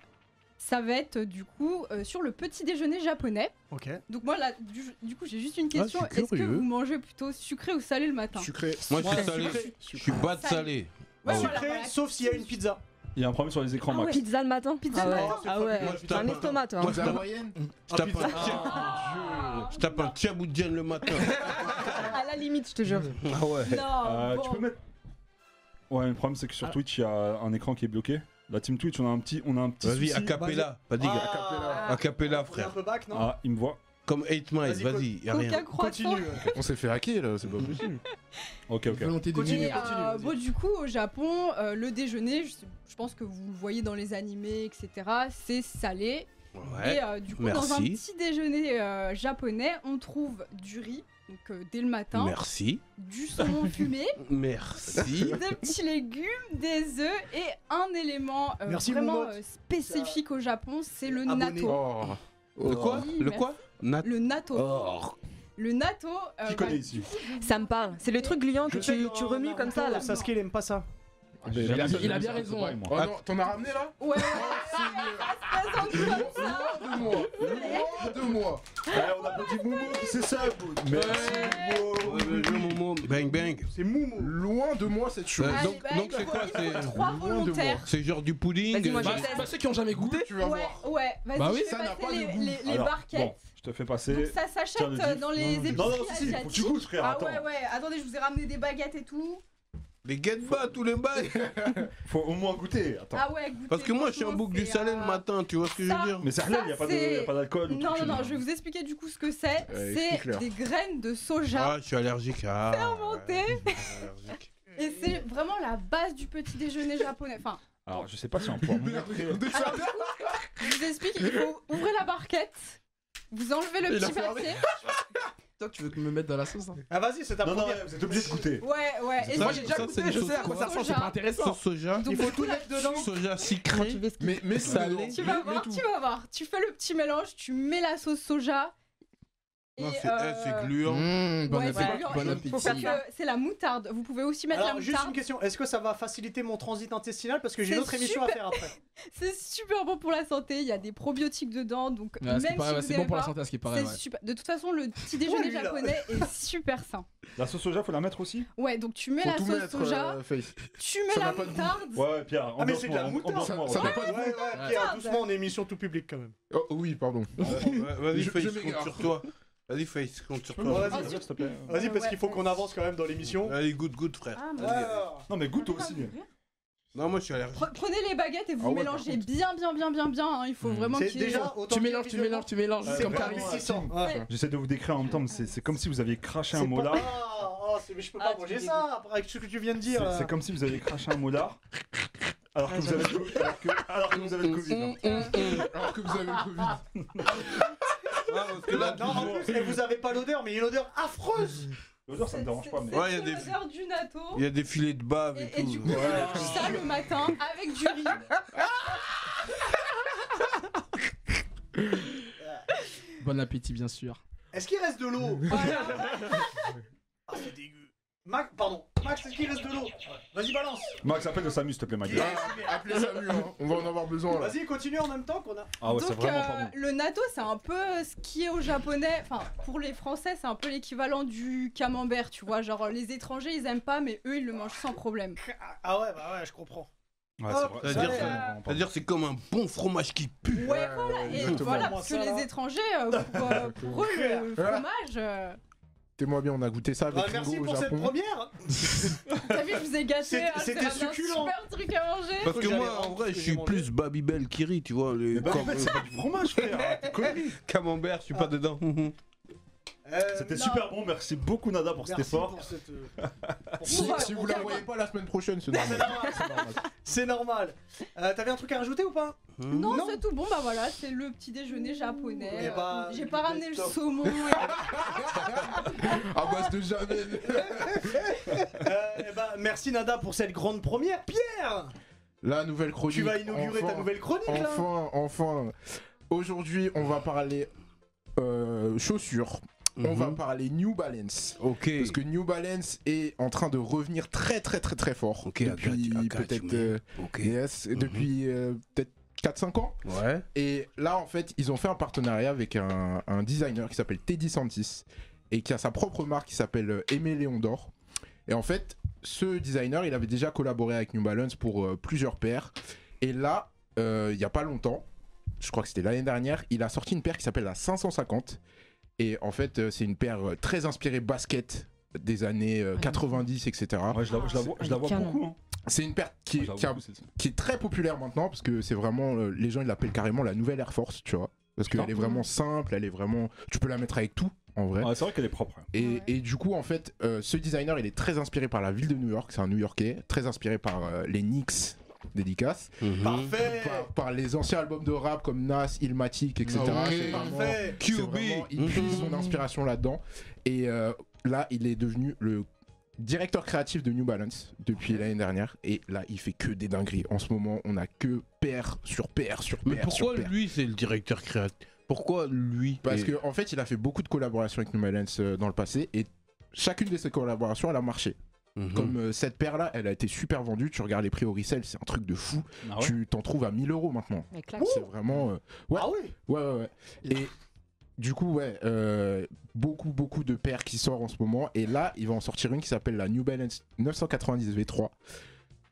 ça va être du coup euh, sur le petit déjeuner japonais. Ok. Donc, moi, là, du, du coup, j'ai juste une Ah, je question. suis Est-ce que curieux. vous mangez plutôt sucré ou salé le matin Sucré. Moi je suis Sucré. salé. Sucré. Je suis bas de salé. Ouais, Ah oui. voilà, Sucré, voilà. sauf s'il y a une pizza. Il y a un problème sur les écrans, Ah Max. ouais. Pizza le matin Pizza le Ah ouais. matin. Ah ouais. Moi, je T'as un tape un- estomac, toi. hein. Moi, c'est hawaïenne Je tape un- Dieu. Je tape un tchaboudjian le matin. *laughs* À la limite, je te jure. Ah ouais. Non, Euh, bon. Tu peux mettre. Ouais, mais le problème c'est que sur Ah. Twitch il y a un écran qui est bloqué. La team Twitch, on a un petit, on a un petit. Vas-y, souci. a cappella. Pas digue. Ah, A cappella, on est un frère. peu back, non Ah, il me voit. Comme 8 Miles, Vas-y, co- vas-y, y a rien. Coca croissant. Continue. On s'est fait hacker là, c'est pas possible. Ok, ok. Volonté Continue. d'ennemis. Et, euh, vas-y. bon, du coup, au Japon, euh, le déjeuner, je, je pense que vous le voyez dans les animés, etc., c'est salé. Ouais. Et euh, du coup, dans un Merci. petit déjeuner euh, japonais, on trouve du riz, donc euh, dès le matin, Merci. du *laughs* saumon fumé, Merci. des petits légumes, des œufs et un élément euh, Merci, vraiment Moumotte. euh, spécifique au Japon, c'est le Abonné. natto. Oh. Le quoi Oui, Le merci. quoi Nat. Le natto. Or. Le natto. euh, Qui bah, connaît ici Ça me parle. C'est le truc gluant que Je sais tu, qu'en tu remues comme ça, là. Naruto, Sasuke, il aime pas ça. Ah, J'ai il a- jamais- il a jamais bien fait raison, ça, hein. moi. Oh non, t'en as ramené là Ouais, Loin de moi Loin de moi Ouais, on a petit Moumou qui s'est ça. Ouais. Ouais, ouais, ouais, Momo. Bang bang. C'est Moumou. Loin de moi cette chose Euh, Allez, donc- bah, donc il c'est faut- quoi, il faut c'est- euh, trois loin de volontaires. C'est genre du pudding. Vas-y, moi, je Bah, teste. bah, ceux qui ont jamais goûté. Tu vas Ouais, voir ouais, vas-y, Bah oui, je ça vais n'a passer pas les, le goût. les- les Alors, Bon, barquettes. je te fais Donc passer. ça Tiens, le s'achète euh, dif. dans les épiceries Non, non, si, si, faut que tu asiatiques. goûtes, frère. Ah Attends. ouais, ouais, attendez, je vous ai ramené des baguettes et tout. Les get bas tous les bails. *laughs* Faut au moins goûter. Attends. Ah ouais, goûtez, Parce que moi je suis un bouc du franchement, salé c'est, le euh, matin, tu vois ce que je ça- veux dire Ah, Mais c'est halal, Ça, y a pas c'est- de, y a pas d'alcool. ou de Non, non, truc, non, tu- je vais vous expliquer du coup ce que c'est. Euh, c'est explique-leur. des graines de soja Ah, je suis allergique à. fermentées. Je suis *laughs* allergique. Et c'est vraiment la base du petit déjeuner japonais. Enfin, *laughs* Alors, je sais pas si on pourra montrer. alors, Je vous explique, il faut ouvrir la barquette, vous enlevez le Il a petit foiré. papier. Toi, tu veux me mettre dans la sauce hein Ah vas-y, c'est ta Non, non, première. vous êtes obligé de goûter. Ouais, ouais. Et Ça, donc- j'ai déjà goûté, je sais à quoi ça ressemble, c'est pas intéressant. Sauce soja, donc, Il faut du coup, tout là, mettre dedans. soja Comment sucré. tu veux ce Mais, mais Ça salé. Tu vas mais- mais voir, tout. tu vas voir. Tu fais le petit mélange, tu mets la sauce soja. et, Non, c'est euh, eh, c'est gluant. Mmh, bon ouais, appétit, c'est gluant. bon Et appétit. parce que C'est la moutarde. Vous pouvez aussi mettre Alors la juste une moutarde. question, est-ce que ça va faciliter mon transit intestinal parce que j'ai une C'est autre émission à faire après. C'est super bon pour la santé. Il y a des probiotiques dedans, donc Ouais, à ce qui même paraît, si ouais, vous c'est aimez bon pour la pas, santé, à ce qui paraît. c'est ouais. super. De toute façon, le petit déjeuner lui, là. japonais est super sain. La sauce soja, faut la mettre aussi Ouais, donc tu mets Faut la tout sauce mettre, soja, euh, Faith. tu mets ça la n'a pas de goût. moutarde. Ouais, Pierre, hein. Ah, mais c'est de la ambiance-moi, moutarde. ambiance-moi, Ça ouais. n'a pas Ouais, de ouais, goût. Pierre, Merde. doucement, on est émission tout public quand même. Oh, oui, *laughs* pardon. Vas-y, Je- Faith, je je compte m'égare. sur toi. Vas-y, Faith, je compte sur Bon, toi. vas-y, Ah, S'il te plaît. vas-y, parce ouais, qu'il faut ouais. qu'on avance quand même dans l'émission. Allez, goûte, goûte, frère. Ah, mais- Vas-y. Alors, Non, mais goûte toi aussi. hein. Non, moi, je suis allergique. Pre- Prenez les baguettes et vous Ah ouais, mélangez bien, bien, bien, bien, bien. hein. Il faut Mm. vraiment c'est qu'il y ait- déjà autant Tu de mélanges, tu visuellement, mélanges, tu mélanges, c'est juste comme vraiment Carrie. 600. Ouais. J'essaie de vous décrire en même temps, mais c'est c'est comme si vous aviez craché un C'est *laughs* molar. Ah, ah, c'est- mais je peux pas Ah, tu manger me ça après avec ce que tu viens de C'est dire. là. c'est comme si vous aviez craché un molar. Alors que, vous avez, le co- alors, que, alors que vous avez le Covid. Mm, hein. *laughs* Alors que vous avez le Covid. Ah, parce que là, Non, en toujours- plus, et vous avez pas l'odeur, mais une odeur affreuse. L'odeur, ça me dérange pas, mais. Ouais, il y a C'est des- Ah, l'odeur du natto. il y a des filets de bave et, Et, et tout. du coup, on mange ça le matin avec du riz. Bon appétit, bien sûr. Est-ce qu'il reste de l'eau Voilà. Ah, c'est dégueu. Max, pardon, Max, est-ce qu'il reste de l'eau Vas-y, balance. Max, appelle le SAMU, s'il te plaît, Max. Yeah. Appelez Samu, hein. on va en avoir besoin là. Vas-y, continue en même temps qu'on a. Ah ouais, c'est Donc, vraiment euh, pas bon. le natto, c'est un peu ce qui est au japonais. Enfin, pour les Français, c'est un peu l'équivalent du camembert, tu vois. Genre, les étrangers, ils aiment pas, mais eux, ils le mangent sans problème. Ah, Ah ouais, bah ouais, je comprends. Ouais, c'est vrai- c'est c'est-à-dire vraiment que- pas bon. C'est-à-dire, c'est comme un bon fromage qui pue. Ouais, voilà. Et exactement. voilà, parce que Moi, ça, là. les étrangers, euh, *laughs* pour, euh, *laughs* pour eux, le fromage. euh, T'es-moi bien, on a goûté ça avec Bah, merci Ringo au pour cette Japon. *laughs* première. T'as vu, je vous ai gâté. C'était- hein, c'était c'est un succulent. super truc à manger. Parce Faut que que moi, j'aille en vrai, rendre je ce que suis j'ai plus Babybel Kiri, tu vois. Les Mais bah, en fait, cam- c'est pas du fromage, frère. *laughs* arrête, connerie. camembert, je suis Ah. *laughs* pas dedans. Euh, C'était non. super bon, merci beaucoup Nada pour cet merci effort. pour cette, euh, *laughs* pour Si, ce- si vous la voyez pas la semaine prochaine, *laughs* c'est normal. C'est normal. C'est normal. Euh, T'avais un truc à rajouter ou pas Non, Non. c'est tout bon, bah voilà, c'est le petit déjeuner japonais. Eh Euh, bah, J'ai pas ramené le top. *laughs* saumon. À base de javel. Euh, eh ben, Merci Nada pour cette grande première. Pierre, La nouvelle chronique. tu vas inaugurer enfin, ta nouvelle chronique là. Enfin, enfin. Aujourd'hui, on va parler euh, chaussures. On va parler New Balance. Mhm. Ok. Parce que New Balance est en train de revenir très très très très fort. Ok, depuis I got you, I got you, peut-être man. euh, Ok. yes, Mhm. depuis euh, peut-être 4-5 ans. Ouais. Et là, en fait, ils ont fait un partenariat avec un, un designer qui s'appelle Teddy Santis et qui a sa propre marque qui s'appelle euh, Aimé Léon d'Or. Et en fait, ce designer, il avait déjà collaboré avec New Balance pour euh, plusieurs paires. Et là, euh, il n'y a pas longtemps, je crois que c'était l'année dernière, il a sorti une paire qui s'appelle la 550. Et en fait, euh, c'est une paire euh, très inspirée basket des années euh, 90, etc. Ouais, je la, je la vois, je la vois Canon. beaucoup. Hein. C'est une paire qui, Je la vois qui a beaucoup, celle-ci. qui est très populaire maintenant parce que c'est vraiment euh, les gens ils l'appellent carrément la nouvelle Air Force tu vois parce qu'elle est vraiment simple elle est vraiment tu peux la mettre avec tout en vrai Ouais, c'est vrai qu'elle est propre. hein. et, Ouais. et du coup en fait euh, ce designer il est très inspiré par la ville de New York c'est un New Yorkais très inspiré par euh, les Knicks dédicaces Mhm. Parfait. par, par les anciens albums de rap comme Nas Illmatic etc Ah ouais. C'est vraiment- Parfait. c'est vraiment- il Mhm. puise son inspiration là-dedans et euh, là il est devenu le directeur créatif de New Balance depuis l'année dernière et là il fait que des dingueries en ce moment on a que paire sur paire sur paire Mais sur pourquoi paire lui, c'est le directeur créatif Pourquoi lui parce Et- que en fait il a fait beaucoup de collaborations avec New Balance euh, dans le passé et Chacune de ces collaborations, elle a marché. Mhm. Comme euh, cette paire-là, elle a été super vendue. Tu regardes les prix au resell, c'est un truc de fou. Ah ouais Tu t'en trouves à 1000 euros maintenant. Elle claque. C'est vraiment. euh, Ouais. Ah oui. Ouais, ouais, ouais. Et du coup, ouais, euh, beaucoup, beaucoup de paires qui sortent en ce moment. Et là, il va en sortir une qui s'appelle la New Balance 990 V3.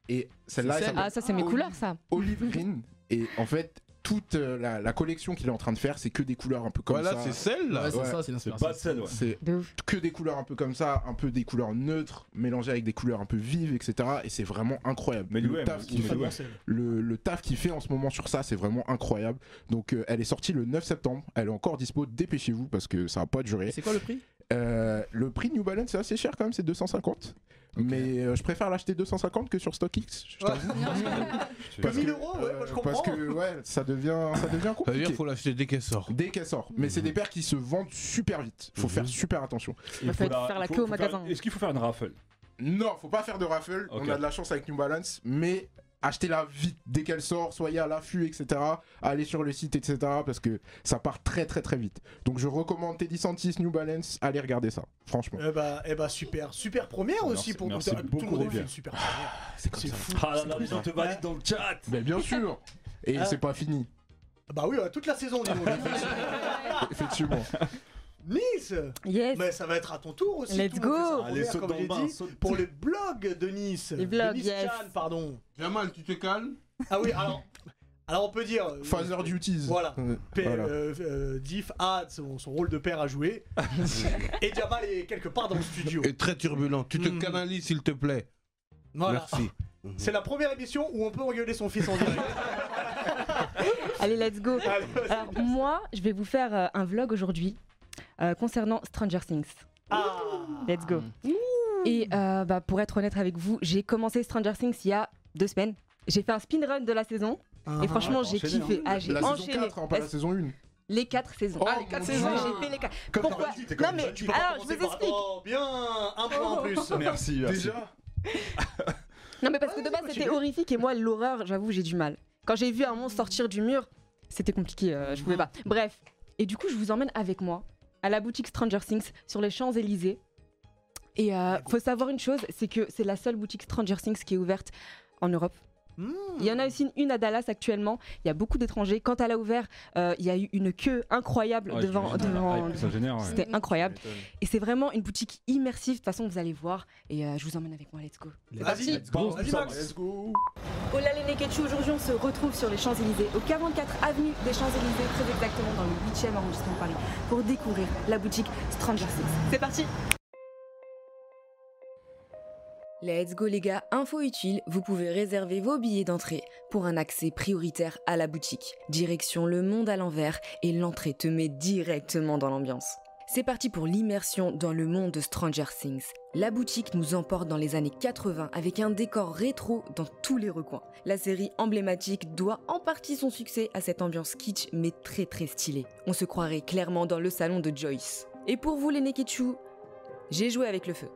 Et celle-là, C'est elle celle- s'appelle Ah, ça, c'est mes Olive- couleurs, ça. Olive Green. Et en fait, toute euh, la, la collection qu'il est en train de faire, c'est que des couleurs un peu comme Voilà, c'est ça. celle-là. Ouais, c'est ouais. ça, c'est C'est l'inspiration. pas celle, ouais. C'est De ouf. que des couleurs un peu comme ça, un peu des couleurs neutres, mélangées avec des couleurs un peu vives, etc. Et c'est vraiment incroyable. Mais lui, le ouais, taf mais- qu'il mais fait- lui, ouais. le, le taf qu'il fait en ce moment sur ça, c'est vraiment incroyable. Donc euh, elle est sortie le 9 septembre, elle est encore dispo, dépêchez-vous parce que ça va pas durer. C'est quoi le prix Euh, le prix de New Balance, c'est assez cher quand même, c'est 250. Mais euh, je préfère l'acheter 250 que sur StockX. Je t'avoue. Parce que- ouais, euh, Parce que ouais, ça devient, ça devient Ça veut dire compliqué. qu'il faut l'acheter dès qu'elle sort. Dès qu'elle sort. Mais c'est des paires qui se vendent super vite. Mhm. Faut faire super attention. Il faut faudra- faire la faut- queue au faut faire- magasin. Est-ce qu'il faut faire une raffle Non, faut pas faire de raffle. Ok. On a de la chance avec New Balance, mais achetez-la vite dès qu'elle sort. Soyez à l'affût, etc. Allez sur le site, etc. Parce que ça part très très très vite. Donc je recommande Teddy Santis, New Balance. Allez regarder ça, franchement. Euh, Eh bah, eh bah super, super première aussi Merci- pour Ah, merci tout le beaucoup, monde fait Robert. une super première. C'est comme C'est ça. fou. Ah là c'est là, comme les gens ça. te valident dans le chat Mais bien sûr. Et Ah. c'est pas fini, Bah oui, ouais, toute la saison, dis donc. *laughs* *laughs* effectivement. Nice Yes. Mais ça va être à ton tour aussi. Let's tout le monde go. fait Allez, sa première, saute comme dans le j'ai bain, dit, saute. Pour le blog de Nice. Les blogs, de Nice yes. Chan, pardon. Jamal, tu te calmes Ah oui, alors, alors on peut dire. euh, Father Duties. Voilà. Euh, P- voilà. euh, euh, Diff a son, son rôle de père *laughs* à jouer. et Jamal est quelque part dans le studio. Et très turbulent. Tu te Mhm. canalises, s'il te plaît. Voilà. Merci. C'est la première émission où on peut engueuler son fils en direct. *laughs* Allez, let's go. Ah, Allez, vas-y. Alors moi, je vais vous faire euh, un vlog aujourd'hui euh, concernant Stranger Things. Ah. Let's go. Et euh, bah, pour être honnête avec vous, j'ai commencé Stranger Things il y a deux semaines. J'ai fait un speedrun de la saison Ah, et franchement t'as j'ai enchaîné, kiffé. Ah, j'ai La enchaîné saison 4, hein, pas la Est-ce- saison 1. les quatre saisons. Oh, ah, les quatre mon saisons, Dieu. j'ai fait les quatre. Comme Pourquoi t'aurais dit, t'es Non comme mais tu peux alors je vous commencer par- explique. Oh, bien, un point en plus. Merci, *laughs* merci. Déjà Non mais parce que Ouais, de base continue. c'était horrifique et moi l'horreur, j'avoue, j'ai du mal. Quand j'ai vu un monstre sortir du mur, c'était compliqué, euh, je pouvais pas. Bref, et du coup je vous emmène avec moi à la boutique Stranger Things sur les Champs Élysées. Et euh, faut savoir une chose, c'est que c'est la seule boutique Stranger Things qui est ouverte en Europe. Mmh. Il y en a aussi une, une à Dallas actuellement. Il y a beaucoup d'étrangers. Quand elle a ouvert, euh, il y a eu une queue incroyable Ouais, devant. Ah, j'imagine, devant- la hype, Ça génère, ouais. C'était incroyable. Et c'est vraiment une boutique immersive. De toute façon, vous allez voir. Et euh, je vous emmène avec moi. Let's go. Vas-y, bon, vas-y Max. Let's go Hola les Neketsu, aujourd'hui on se retrouve sur les Champs-Élysées, au 44 avenue des Champs-Élysées, très exactement dans le 8e arrondissement de Paris, pour découvrir la boutique Stranger Things. C'est parti Let's go les gars, info utile, vous pouvez réserver vos billets d'entrée pour un accès prioritaire à la boutique. Direction le monde à l'envers et l'entrée te met directement dans l'ambiance. C'est parti pour l'immersion dans le monde de Stranger Things. La boutique nous emporte dans les années 80 avec un décor rétro dans tous les recoins. La série emblématique doit en partie son succès à cette ambiance kitsch mais très très stylée. On se croirait clairement dans le salon de Joyce. Et pour vous les Neketsu, j'ai joué avec le feu.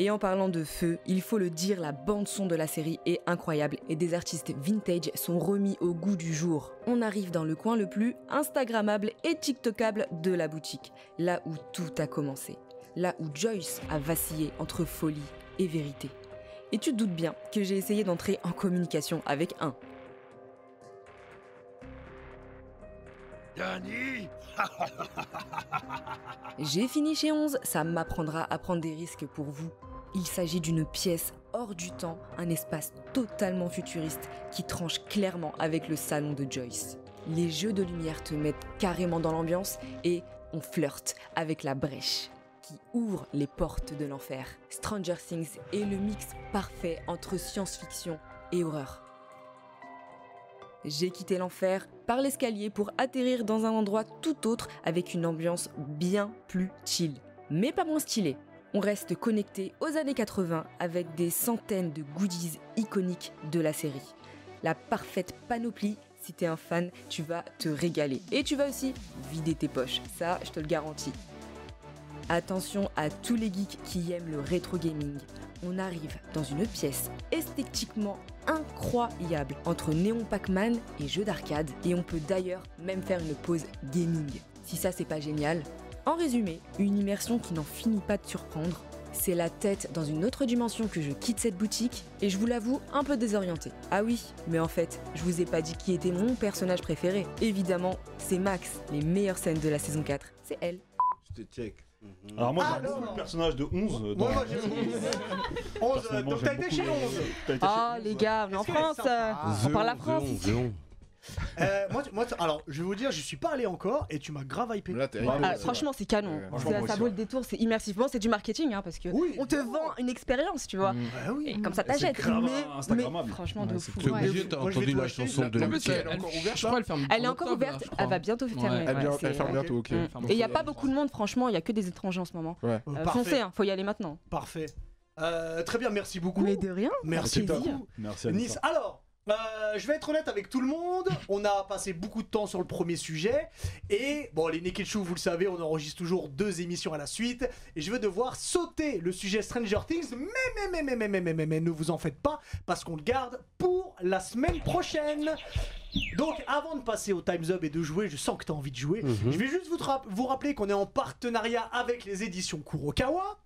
Et en parlant de feu, il faut le dire, la bande-son de la série est incroyable et des artistes vintage sont remis au goût du jour. On arrive dans le coin le plus Instagrammable et TikTokable de la boutique, là où tout a commencé, là où Joyce a vacillé entre folie et vérité. Et tu te doutes bien que j'ai essayé d'entrer en communication avec un. Danny J'ai fini chez 11, ça m'apprendra à prendre des risques pour vous. Il s'agit d'une pièce hors du temps, un espace totalement futuriste qui tranche clairement avec le salon de Joyce. Les jeux de lumière te mettent carrément dans l'ambiance et on flirte avec la brèche qui ouvre les portes de l'enfer. Stranger Things est le mix parfait entre science-fiction et horreur. J'ai quitté l'enfer par l'escalier pour atterrir dans un endroit tout autre avec une ambiance bien plus chill, mais pas moins stylée. On reste connecté aux années 80 avec des centaines de goodies iconiques de la série. La parfaite panoplie, si t'es un fan, tu vas te régaler. Et tu vas aussi vider tes poches, ça je te le garantis. Attention à tous les geeks qui aiment le rétro gaming. On arrive dans une pièce esthétiquement incroyable entre néon Pac-Man et jeux d'arcade et on peut d'ailleurs même faire une pause gaming. Si ça c'est pas génial. En résumé, une immersion qui n'en finit pas de surprendre. C'est la tête dans une autre dimension que je quitte cette boutique et je vous l'avoue un peu désorientée. Ah oui, mais en fait, je vous ai pas dit qui était mon personnage préféré. Évidemment, c'est Max. Les meilleures scènes de la saison 4, c'est elle. Je te check. Alors, moi, j'aime Alors. beaucoup le personnage de 11. euh, Moi, dans- moi, j'ai 11. euh, Personnellement, Donc t'as j'aime été chez beaucoup 11. le- T'as été chez Ah les gars, mais en Est-ce qu'elle est France, sympa euh, on parle la France. The Honte, The Honte. Euh, Moi, moi, t- alors, je vais vous dire, je suis pas allé encore et tu m'as grave hypé. Là, t'es Bravo, hypé, Ah, c'est franchement, c'est canon. Ouais, franchement, ça, moi ça aussi, vaut ouais. le détour, c'est immersif. Bon, c'est du marketing, hein, parce que Oui, on te vend une expérience, tu vois. Mm. Bah oui. Et comme ça, t'achètes. grave Mais, Instagrammable. mais franchement, de Ouais, c'est fou. T'es Ouais. obligé, t'as Moi, je vais entendu tout la acheter. chanson de La- En plus, Ok. elle, Mickey. elle- je crois, elle ferme. Elle est en encore octobre, là, ouverte, je crois. elle va bientôt fermer. Elle ouais, vient- c'est- elle ferme bientôt, ok. Mm. ferme Et il n'y a bientôt, pas beaucoup de monde, franchement, il n'y a que des étrangers en ce moment. Euh, Euh, parfait, foncez, hein, faut y aller maintenant. parfait. Euh, très bien, merci beaucoup. rien. Merci Plaisir. beaucoup. Merci à Nice. Alors, euh, je vais être honnête avec tout le monde. On a passé beaucoup de temps sur le premier sujet. Et bon, les Naked Show, vous le savez, on enregistre toujours deux émissions à la suite. Et je vais devoir sauter le sujet Stranger Things. Mais, mais, mais, mais, mais, mais, mais, mais, mais, ne vous en faites pas parce qu'on le garde pour la semaine prochaine. Donc, avant de passer au Time's Up et de jouer, je sens que tu as envie de jouer. Mhm. Je vais juste vous, tra- vous rappeler qu'on est en partenariat avec les éditions Kurokawa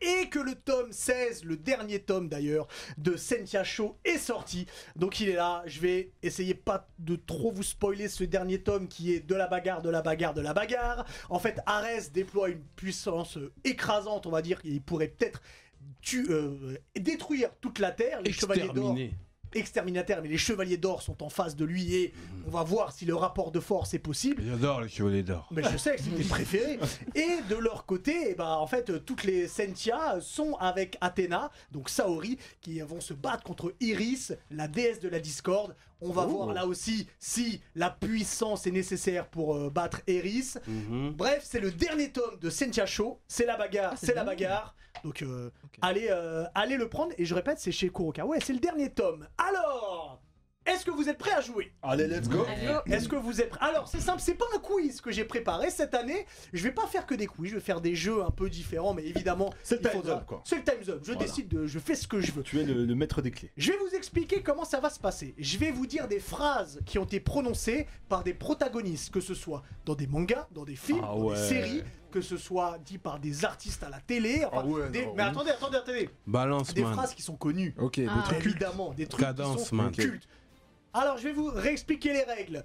et que le tome 16, le dernier tome d'ailleurs, de Sentia Show est sorti. Donc il est là, je vais essayer pas de trop vous spoiler ce dernier tome qui est de la bagarre, de la bagarre, de la bagarre. En fait, Ares déploie une puissance euh, écrasante, on va dire, il pourrait peut-être tu- euh, détruire toute la Terre, les chevaliers d'or Exterminé. exterminataires, mais les chevaliers d'or sont en face de lui et on va voir si le rapport de force est possible. J'adore les chevaliers d'or. Mais je sais que c'est *laughs* tes préférés. Et de leur côté, eh ben, en fait, euh, toutes les Sentia sont avec Athéna, donc Saori, qui vont se battre contre Iris, la déesse de la discorde. On Oh. va voir là aussi si la puissance est nécessaire pour euh, battre Iris. Mhm. Bref, c'est le dernier tome de Sentia Show. C'est la bagarre, Ah, c'est c'est la bien. bagarre. Donc euh, Ok. allez, euh, allez le prendre. Et je répète, c'est chez Kurokawa. Ouais, c'est le dernier tome. Alors, est-ce que vous êtes prêts à jouer Allez, let's go. est-ce que vous êtes Alors c'est simple, c'est pas un quiz que j'ai préparé cette année. Je vais pas faire que des quiz, je vais faire des jeux un peu différents, mais évidemment, C'est le il Time's faudra- Up, quoi. C'est le Time's Up. Je Voilà. décide de, je fais ce que je veux. Tu es le, le maître des clés. Je vais vous expliquer comment ça va se passer. Je vais vous dire des phrases qui ont été prononcées par des protagonistes, que ce soit dans des mangas, dans des films, Ah dans ouais. des séries, que ce soit dit par des artistes à la télé. enfin, Ah ouais, des- non, Mais oui. attendez, attendez, attendez. *laughs* Balance, Des man. phrases qui sont connues. Ok, des Ah. trucs. Évidemment, des trucs qui Cadence, sont man. cultes. Alors, je vais vous réexpliquer les règles.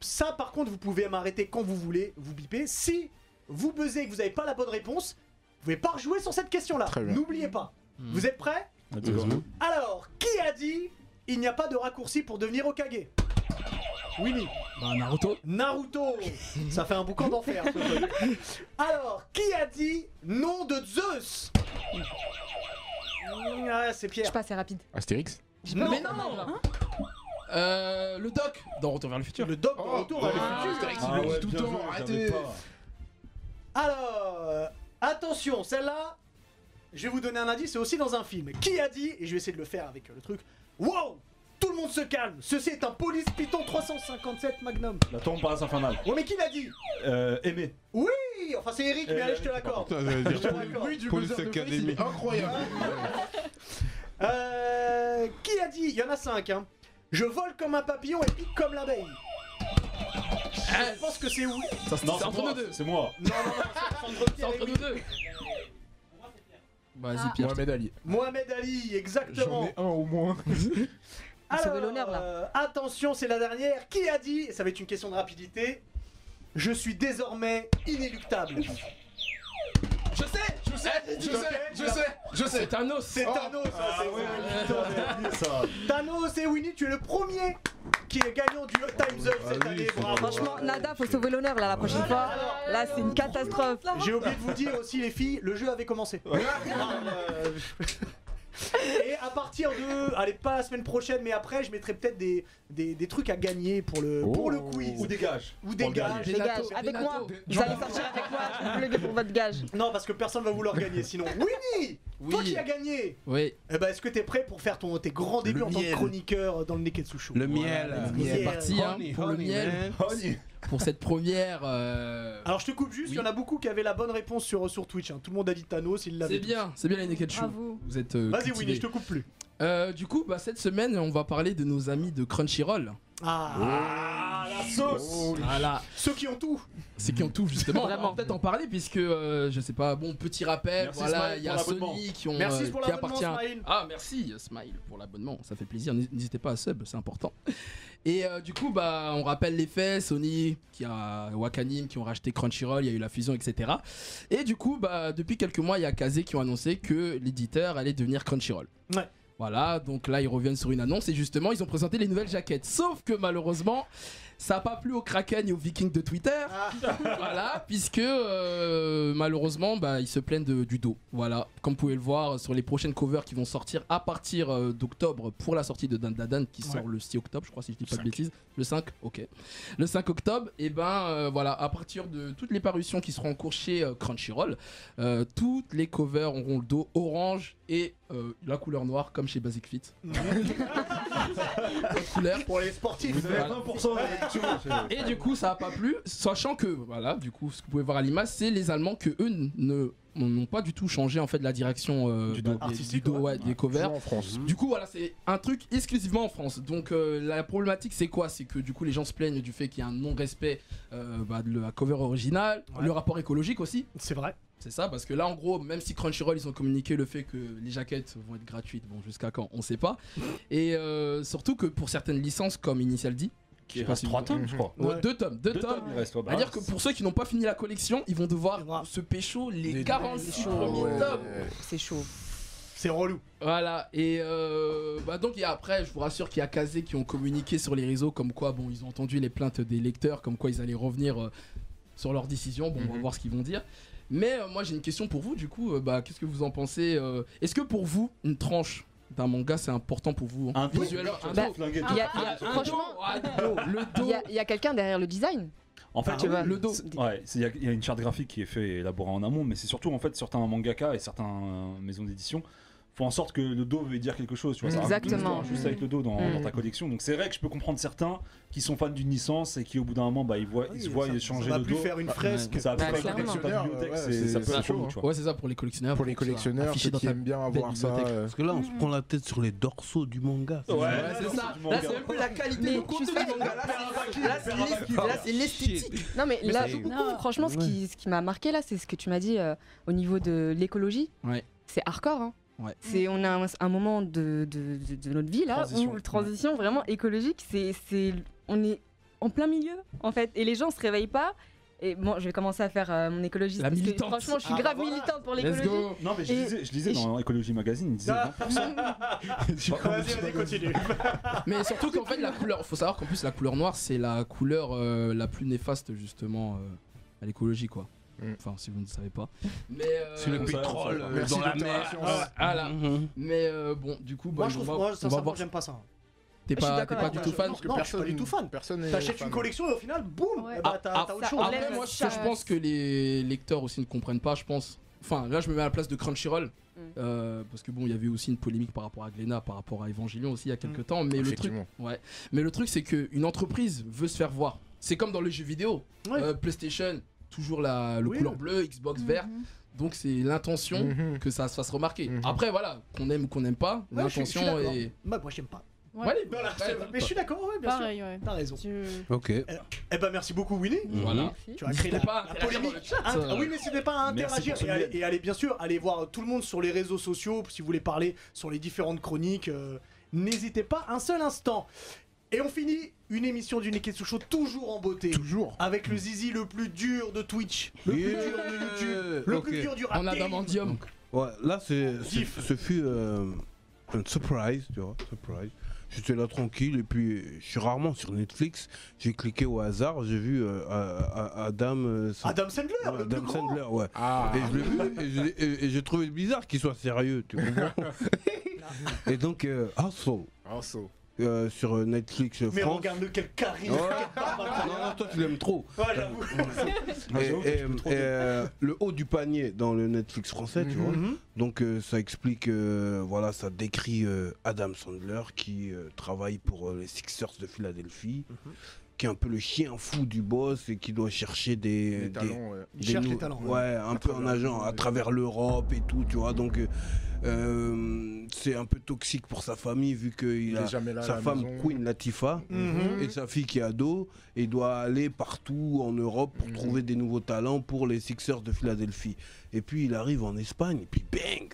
Ça, par contre, vous pouvez m'arrêter quand vous voulez, vous bipez. Si vous buzzez et que vous n'avez pas la bonne réponse, vous pouvez pas rejouer sur cette question-là. Très bien. N'oubliez pas. Mm. Vous êtes prêts Let's go. Alors, qui a dit il n'y a pas de raccourci pour devenir Okage Winnie. Bah, Naruto. Naruto Ça fait un boucan d'enfer. ce *laughs* truc. Alors, qui a dit nom de Zeus Ah, c'est Je Pierre. suis pas assez rapide. Astérix Non. Mais non Euh, Le doc dans Retour vers le futur. Le doc de Oh, retour dans vers le le futur. futur. Ah ouais, Tout bien le temps, joué, j'avais arrêtez. pas. Alors, euh, attention, celle-là, je vais vous donner un indice, c'est aussi dans un film. Qui a dit, et je vais essayer de le faire avec euh, le truc, Wow Tout le monde se calme, ceci est un police Python 357 Magnum. La tombe par la infernale. Ouais, mais qui l'a dit Euh, aimé. Oui, Enfin, c'est Eric, Euh, mais allez, je te l'accorde. Putain, j'allais Je dire- te l'accorde. du Police buzzer de Academy. Félix, mais incroyable Euh, qui a dit Il y en a 5, hein. Je vole comme un papillon et pique comme l'abeille. Je pense que c'est oui. Ça, c'est Non, c'est entre moi, nous deux. C'est moi. Non, non, non, c'est entre C'est Pierre et entre oui. nous deux. Vas-y, Ah. Pierre. Mohamed Ali. Mohamed Ali, exactement. J'en ai un au moins. Vous sauvez l'honneur, là. euh, attention, c'est la dernière. Qui a dit et Ça va être une question de rapidité. Je suis désormais inéluctable. Je sais, je sais, je sais, je sais, je sais. C'est Oh. Ah un os. C'est Thanos. ça, c'est Ça. Thanos et Winnie, tu es le premier qui est gagnant du Times Up cette Ah année. Bravo. Franchement, Ah, Nada, faut sauver l'honneur, là, la prochaine fois. Là, c'est une catastrophe. J'ai oublié de vous dire aussi, les filles, le jeu avait commencé. *laughs* Euh, *laughs* Et à partir de, allez pas la semaine prochaine, mais après, je mettrai peut-être des, des, des trucs à gagner pour le pour Oh. le quiz Ou dégage. ou des gages. Les gars, avec Renato. moi. Vous allez sortir avec moi. Je vous le dis pour votre gage. Non, parce que personne va vouloir *laughs* gagner. Sinon, Winnie, toi qui Oui, as gagné, oui. Eh ben, est-ce que t'es prêt pour faire ton, tes grands débuts en tant que miel. chroniqueur dans le Neketsu Show Le miel. go. C'est parti hein, Honey, pour le honey, miel, man. pour cette première. euh, Alors je te coupe juste, il Oui. y en a beaucoup qui avaient la bonne réponse sur, sur Twitch. hein. Tout le monde a dit Thanos, il l'avait. C'est bien, c'est bien les Naked Show. Bravo. Vous êtes. euh, Vas-y cultivés. Winnie, je te coupe plus. Euh, du coup, bah, cette semaine, on va parler de nos amis de Crunchyroll. Ah, la Oh, sauce Voilà. Ceux qui ont tout C'est qui ont tout, justement. Vraiment. On va peut-être en parler, puisque, euh, je sais pas, bon, petit rappel, Merci, voilà, Smile, il y a pour l'abonnement. Sony qui, ont, Merci euh, pour qui l'abonnement, appartient. Smile. Ah, merci, Smile, pour l'abonnement. Ça fait plaisir. N'hé- N'hésitez pas à sub, c'est important. Et euh, du coup, bah, on rappelle les faits. Sony, qui a Wakanim, qui ont racheté Crunchyroll, il y a eu la fusion, etc. Et du coup, bah, depuis quelques mois, il y a Kazé qui ont annoncé que l'éditeur allait devenir Crunchyroll. Ouais. Voilà, donc là ils reviennent sur une annonce et justement ils ont présenté les nouvelles jaquettes. Sauf que malheureusement, ça n'a pas plu aux Kraken et aux Vikings de Twitter. Ah. *laughs* voilà, puisque euh, malheureusement bah, ils se plaignent de- du dos. Voilà, comme vous pouvez le voir sur les prochaines covers qui vont sortir à partir euh, d'octobre pour la sortie de Dandadan qui sort le 6 octobre, je crois si je dis pas de bêtises. Le 5, ok. Le 5 octobre, et ben euh, voilà, à partir de toutes les parutions qui seront en cours chez euh, Crunchyroll, euh, toutes les covers auront le dos orange et euh, la couleur noire comme chez Basic Fit. *laughs* Bonne couleur. Pour les sportifs. Vous avez Voilà. 20% de réduction. Et du coup, ça n'a pas plu, sachant que, voilà, du coup, ce que vous pouvez voir à l'image, c'est les Allemands que eux n- ne n'ont pas du tout changé en fait la direction euh, Du dos. des- Artistique, dos, ouais. ouais, des covers. Toujours en France. Du coup, voilà, c'est un truc exclusivement en France. Donc, euh, la problématique, c'est quoi C'est que du coup, les gens se plaignent du fait qu'il y a un non-respect euh, bah, de la cover originale, Ouais. le rapport écologique aussi. C'est vrai. C'est ça, parce que là, en gros, même si Crunchyroll, ils ont communiqué le fait que les jaquettes vont être gratuites, bon, jusqu'à quand, on sait pas. Et euh, surtout que pour certaines licences comme Initial D, Qui sais pas reste si 3 vous- Mhm. tomes, je crois. Ouais, deux tomes, deux, Deux tomes. tomes, il reste. C'est-à-dire que pour ceux qui n'ont pas fini la collection, ils vont devoir Devoir. se pécho les, Les- 46 Ah premiers ouais. tomes. C'est chaud. C'est relou. Voilà, et euh, bah donc et après, je vous rassure qu'il y a Kazé qui ont communiqué sur les réseaux comme quoi, bon, ils ont entendu les plaintes des lecteurs, comme quoi ils allaient revenir euh, sur leur décision. Bon, on va Mhm. voir ce qu'ils vont dire. Mais euh, moi, j'ai une question pour vous, du coup, euh, bah, qu'est-ce que vous en pensez euh, Est-ce que pour vous, une tranche d'un manga, c'est important pour vous hein Un dos. Visuellement, un Bah, dos. Flingué. Il y a- il y Ah, a- un franchement, dos, ah, le dos, le il dos. y a, il y a quelqu'un derrière le design. En fait, tu vois. le dos. Ouais, c'est- il y, a- il y a une charte graphique qui est faite et élaborée en amont, mais c'est surtout en fait certains mangaka et certains euh, maisons d'édition font en sorte que le dos veuille dire quelque chose. Tu vois, ça raconte une Exactement. histoire Juste avec le dos dans, Mm. dans ta collection. Donc c'est vrai que je peux comprendre certains qui sont fans d'une licence et qui au bout d'un moment bah ils voient, ils se voient changer On va le plus dos. Ah, faire une fresque. Ça va Bah, plus être clairement. dans ta bibliothèque, Ouais, c'est- ça c'est- peut c'est être chaud, relou, hein. tu vois. Ouais, c'est ça, pour les collectionneurs. Pour les faut que ça- collectionneurs, affiché ceux dans qui ta aiment bien avoir ça. bibliothèque. euh, Parce que là, on se prend la tête sur les dorsaux du manga. Ouais, Ouais, c'est ça. du Là, manga. c'est même plus la qualité, Mais le contenu tu du sais- manga. Là, c'est- là, c'est l'esthétique. Là, c'est l'esthétique. Non, mais, Mais là, ça joue beaucoup. franchement, ce qui, ce qui m'a marqué là, c'est ce que tu m'as dit euh, au niveau de l'écologie. Ouais. C'est hardcore. Hein. Ouais. C'est on a un, un moment de, de, de- de notre vie là Transition. où le transition vraiment écologique, c'est c'est on est en plein milieu en fait et les gens se réveillent pas. Et bon, je vais commencer à faire euh, mon écologiste. La parce que militante. franchement, je suis Ah, bah grave voilà. militante pour Let's l'écologie. go. Non mais je Et- lisais, je lisais et dans Ecologie Magazine, il disait Ah. 20%. Vas-y, vas-y, continue. Mais surtout qu'en fait, la couleur, faut savoir qu'en plus, la couleur noire, c'est la couleur euh, la plus néfaste, justement, euh, à l'écologie, quoi. Mm. Enfin, si vous ne savez pas. Mais. euh, C'est le ça, pétrole ça. euh, Merci, dans la docteur mer. Assurance. Ah, voilà. Mhm. Mais euh, bon, du coup, bah, Moi, je on trouve, va- moi, on va sincèrement, voir. j'aime pas ça. T'es Je suis pas, t'es d'accord pas avec du toi, tout fan. Non, je suis pas du tout fan. Personne n'est T'achètes fan. une collection et au final, boum, Ouais. eh ben, Ah, t'as ah, t'as autre ça chose. enlève. Après, moi, ce que je ça- pense que les lecteurs aussi ne comprennent pas, je pense. Enfin, là, je me mets à la place de Crunchyroll. Mm. euh, parce que bon, il y avait aussi une polémique par rapport à Glénat, par rapport à Evangelion Mm. aussi il y a quelques temps. Mais le truc, Effectivement. mais le truc, c'est qu'une entreprise veut se faire voir. C'est comme dans les jeux vidéo. Ouais. Euh, PlayStation, toujours la le Oui. Mm-hmm. couleur bleue, Xbox vert. Mhm. Donc c'est l'intention Mhm. que ça se fasse remarquer. Mhm. Après, voilà, qu'on aime ou qu'on n'aime pas, Ouais, je suis- je suis l'intention d'accord. est. Bah, moi, j'aime pas. Ouais. Allez, Voilà, après, mais je suis d'accord, ouais, bien sûr. Pareil, ouais. T'as raison. Je- Ok. Eh ben, merci beaucoup, Winnie. Voilà. Tu as créé la, N'hésitez pas à la interagir dans le polémique. chat. Int- ah oui, mais c'était pas à Merci interagir. pour ce Et allez, duel. et allez, bien sûr, allez voir tout le monde sur les réseaux sociaux si vous voulez parler sur les différentes chroniques. euh, N'hésitez pas un seul instant. Et on finit une émission du Neketsu Show toujours en beauté. Toujours. Avec le zizi le plus dur de Twitch, le plus Yeah. dur de YouTube, le Ok. plus dur du rap. En adamantium. Ouais, là, c'est, c'est- Gif. ce fut euh, une surprise, tu vois, surprise. J'étais là tranquille et puis je suis rarement sur Netflix. J'ai cliqué au hasard, j'ai vu euh, euh, euh, Adam, euh, Sand- Adam Sandler, ouais, le plus Adam grand. Sandler, ouais. Ah. Et je l'ai vu et je l'ai- et- et j'ai trouvé bizarre qu'il soit sérieux, tu comprends Et donc, euh, Hustle, Also. euh, sur euh, Netflix Mais France. regarde-le, quel charisme. Ouais. quelle barbe Non, non, incroyable. toi tu l'aimes trop. Ouais, j'avoue. Ah, *laughs* Et, j'avoue que et, je peux trop et, dire. euh, le haut du panier dans le Netflix français, tu vois. Mhm. Donc euh, ça explique, euh, voilà, ça décrit euh, Adam Sandler qui euh, travaille pour euh, les Sixers de Philadelphie, qui est un peu le chien fou du boss et qui doit chercher des, Les talents, ouais. Il cherche nou- les talents. Ouais, un peu un agent à travers l'Europe et tout, tu vois. Donc euh, euh, c'est un peu toxique pour sa famille vu qu'il Il a est jamais là. à sa la femme maison. Queen Latifah Mhm. et sa fille qui est ado et doit aller partout en Europe pour Mhm. trouver des nouveaux talents pour les Sixers de Philadelphie. Et puis il arrive en Espagne et puis bang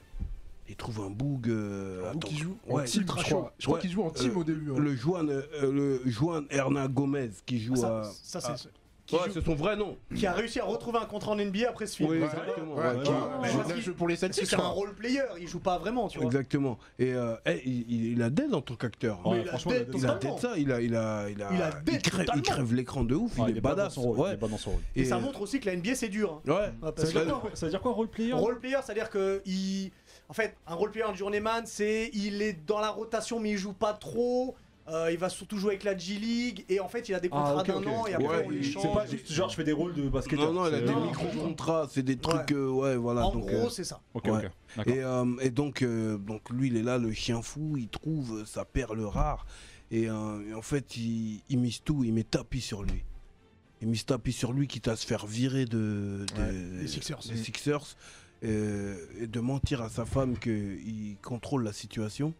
Il trouve un boug. euh, Ou attends, qui joue ouais, en team, ultra je chaud. crois. Je crois Ouais. qu'il joue en team Euh, au début. hein. le Juan, euh, le Juan Hernan Gomez qui joue Ça, à- ça, c'est- qui, Ouais, joue- c'est son vrai nom. qui a réussi à retrouver un contrat en NBA après ce film. Oui, Ouais. exactement. Ouais, Ouais, qui- ouais. Mais je parce la qu'il- joue pour les Tu sais, Celtics. c'est un quoi. role player, il joue pas vraiment, tu vois. Exactement. Et euh, eh, il, il- il a dead en tant qu'acteur. hein. Ouais, Mais il a franchement, dead il a dead. Il a totalement. dead ça. Il a, il a, il a, Il a dead il crève, il totalement. crève l'écran de ouf. il, est pas dans badass. son rôle, il ouais. est pas dans son rôle. Et, ça montre aussi que la NBA c'est dur. hein. euh, Ouais. Ah, Ça parce veut que- dire quoi, ça veut dire quoi, role player Role player, c'est-à-dire que il... en fait, un role player en journeyman, c'est il est dans la rotation mais il joue pas trop. euh, il va surtout jouer avec la G League et en fait il a des contrats Ah, ok, d'un ok. an et après Ouais, on les il- change. C'est pas juste genre je fais des rôles de basketteur. Non, non, il a c'est- des Non. micro-contrats. C'est des trucs. euh, ouais, voilà. en donc, gros euh, c'est ça. Ok, Ouais. ok. D'accord. Et, euh, et donc, euh, donc lui, il est là, le chien fou, il trouve sa perle rare. Et, euh, et en fait, il, il mise tout, il met tapis sur lui. Il mise tapis sur lui, quitte à se faire virer de, de- des Sixers. des Sixers, euh, et de mentir à sa femme qu'il contrôle la situation.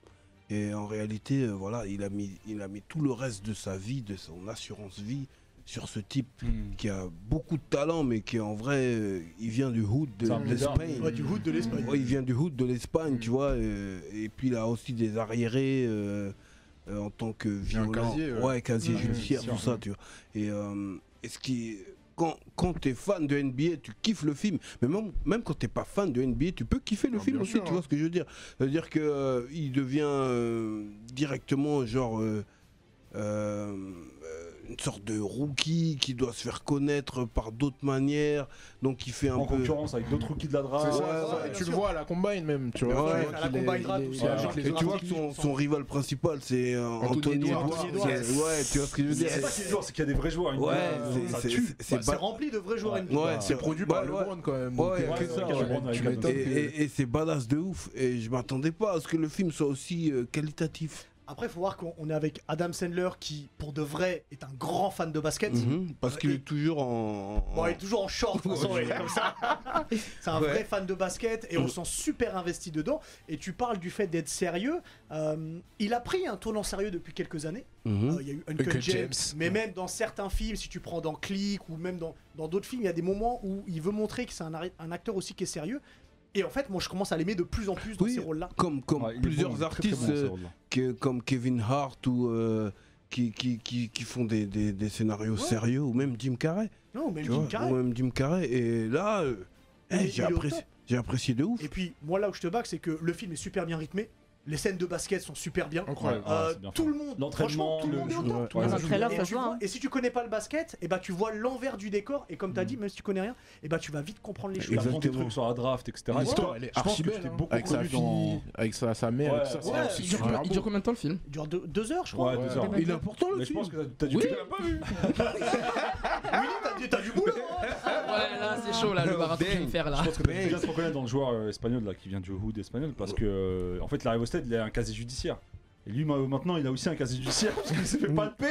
Et en réalité, euh, voilà, il a, mis, il a mis tout le reste de sa vie, de son assurance vie, sur ce type Hmm. qui a beaucoup de talent, mais qui en vrai, euh, il vient du hood de C'est un lézard. l'Espagne. Ouais, du hood de l'Espagne. Hmm. Ouais, il vient du hood de l'Espagne, tu vois. euh, et puis il a aussi des arriérés euh, euh, en tant que a un violent. casier, ouais. ouais, casier Mmh. judiciaire, tout ça, tu vois. Et, euh, et ce qui. Quand, quand t'es fan de NBA, tu kiffes le film. Mais même, même quand t'es pas fan de NBA, tu peux kiffer le Ah, film bien aussi, sûr, tu vois hein. ce que je veux dire. C'est-à-dire que euh, il devient euh, directement genre. euh, euh, euh, une sorte de rookie qui doit se faire connaître par d'autres manières, donc il fait un En peu. concurrence avec d'autres rookies de la C'est draft. ça, ouais, c'est ça. ouais, Et bien tu le sûr. vois à la combine même. Tu vois, Ouais, tu vois à la qu'il est- combine il draft est- aussi, il est ouais. avec Et les Et autres. tu vois que son, son rival principal, c'est euh, Anthony, Anthony Edwards. Edwards. C'est- Ouais, tu vois ce que je veux dire. C'est pas qu'il est dur, c'est qu'il y a des vrais joueurs. une- Ouais, euh, c'est- ça c'est- tue. c'est Ouais, ba- c'est rempli de vrais joueurs Ouais. NBA. ouais, c'est c'est bah, Produit par ouais, ouais. LeBron quand même. Ouais, donc, que euh, ça, tu ouais. m'étonnes Tu que- m'étonnes Et, et- et c'est badass de ouf. Et je m'attendais pas à ce que le film soit aussi euh, qualitatif. Après faut voir qu'on on est avec Adam Sandler qui pour de vrai est un grand fan de basket. Mhm, parce qu'il Et- est toujours en. en- Bon, il est toujours en short, de toute *laughs* façon, il est comme ça. C'est un vrai fan de basket Mm. et on s'en super investi dedans. Et tu parles du fait d'être sérieux. Euh, il a pris un tournant sérieux depuis quelques années. Mhm. Euh, Il y a eu Uncle, Uncle James, James. mais Ouais. même dans certains films, si tu prends dans Click ou même dans dans d'autres films, il y a des moments où il veut montrer que c'est un, arri- un acteur aussi qui est sérieux. Et en fait, moi, je commence à l'aimer de plus en plus dans Oui. ces rôles-là. Comme, comme Ouais, il est plusieurs bon, il est très, très artistes bon, ce euh, rôle-là. que- comme Kevin Hart ou. euh, qui, qui, qui, qui font des, des- des scénarios Ouais. sérieux, ou même Jim Carrey. Non, mais tu Jim vois, Carrey. Ou même Jim Carrey. Et là, euh, eh, Il est- j'ai il est au apprécié, top. j'ai apprécié de ouf. Et puis, moi, là où je te bac, c'est que le film est super bien rythmé. Les scènes de basket sont super bien. Incroyable. Ouais, Euh, Ah, c'est bien tout fait. le monde, L'entraînement, franchement, tout le le- monde est au ouais, top. ouais, Tout le ouais. monde Dans est le au trailer, top. ça Et se tu voit, vois- hein. Et si tu connais pas le basket, et bah tu vois l'envers du décor. Et comme t'as Mm. dit, même si tu connais rien, et bah tu vas vite comprendre les choses. Tu apprends des Exactement. trucs sur la draft, etc. L'histoire, Ouais. elle est Je pense archi que belle, j'étais hein. beaucoup Avec sa connu dans- fille, avec sa sa Ouais. mère, tout ça, Ouais, c'est- c'est Il dure, super combien, il beau. dure combien de temps le film Il dure deux, deux heures, je crois. Ouais, deux heures. Et Il est important le Mais je film. pense que t'as- t'as dû. Oui. Oui, t'as du- t'as du boulot. hein. Ouais, là c'est chaud, là, le marathon qu'il va faire là. Je pense que t'as dû bien se reconnaître dans le joueur euh, espagnol là qui vient du Hood espagnol parce que euh, en fait l'arrivée au stade il a un casier judiciaire. Et lui ma- maintenant il a aussi un casier judiciaire *laughs* parce qu'il s'est fait palper.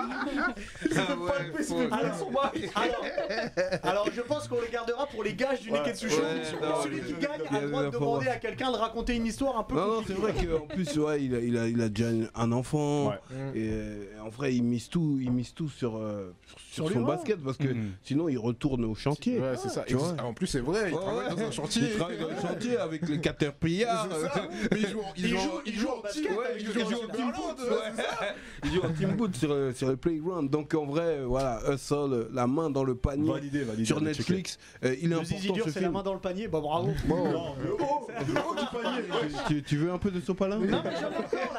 Il Ah s'est fait palper, il s'est fait Alors, voler son bail. Alors, alors, je pense qu'on le gardera pour les gages du Ouais. Neketsu Show. Ouais, non, Celui il- qui il- gagne il- a le droit de il- il- demander il- à quelqu'un de raconter une histoire un peu Non, non, compliquée. c'est vrai euh, qu'en plus, ouais, il a, il a, il a déjà un enfant. Ouais. Et euh, en vrai, il mise tout, il mise tout sur, euh, sur, Sur son lui, ouais. basket parce que Mhm. sinon, il retourne au chantier. Ouais, c'est ça. tu vois. Ex- En plus, c'est vrai, il Ouais, travaille ouais. dans un chantier. Il travaille dans le chantier avec les caterpillars. *laughs* C'est ça. Mais il joue en- Il il joue joue- en- il il joue joue en en team. basket, ouais, il Il joue joue en en Team team Ireland, foot, ouais, c'est ça. Il joue en team boot sur, euh, sur le playground. Donc en vrai, euh, voilà, un seul, la main dans le panier Validé, validé. sur allez, checker. Netflix. Euh, il est Le zizi important dur, ce c'est la main film. dans le panier. Bah bravo. oh, Non, le haut, le haut du panier. ouais. Tu, tu veux un peu de sopalin Non, mais j'en ai encore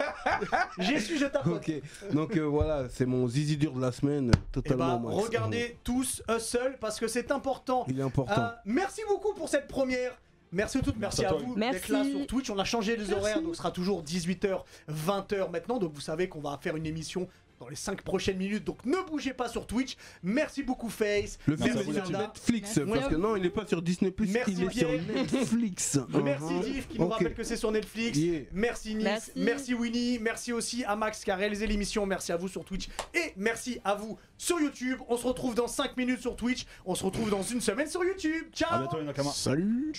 là. J'ai su, je tape. Ok, donc euh, voilà, c'est mon zizi dur de la semaine, Et totalement. bah, Max. regardez tous Hustle parce que c'est important. Il est important. Euh, merci beaucoup pour cette première. Merci à toutes, merci à Merci à toi. vous Merci. d'être là sur Twitch. On a changé les horaires, donc ce sera toujours 18h, 20h maintenant. Donc vous savez qu'on va faire une émission dans les 5 prochaines minutes. Donc ne bougez pas sur Twitch. Merci beaucoup Face. Le film merci est sur Zelda. Netflix, Merci. parce que non, il n'est pas sur Disney+, Merci, il est sur Pierre. Netflix. *laughs* Merci Div qui nous Ok. rappelle que c'est sur Netflix. Yeah. Merci Nice, merci. Merci. Winnie, merci aussi à Max qui a réalisé l'émission, merci à vous sur Twitch et merci à vous sur YouTube. On se retrouve dans 5 minutes sur Twitch, on se retrouve dans une semaine sur YouTube. Ciao À bientôt, Inakama. Salut.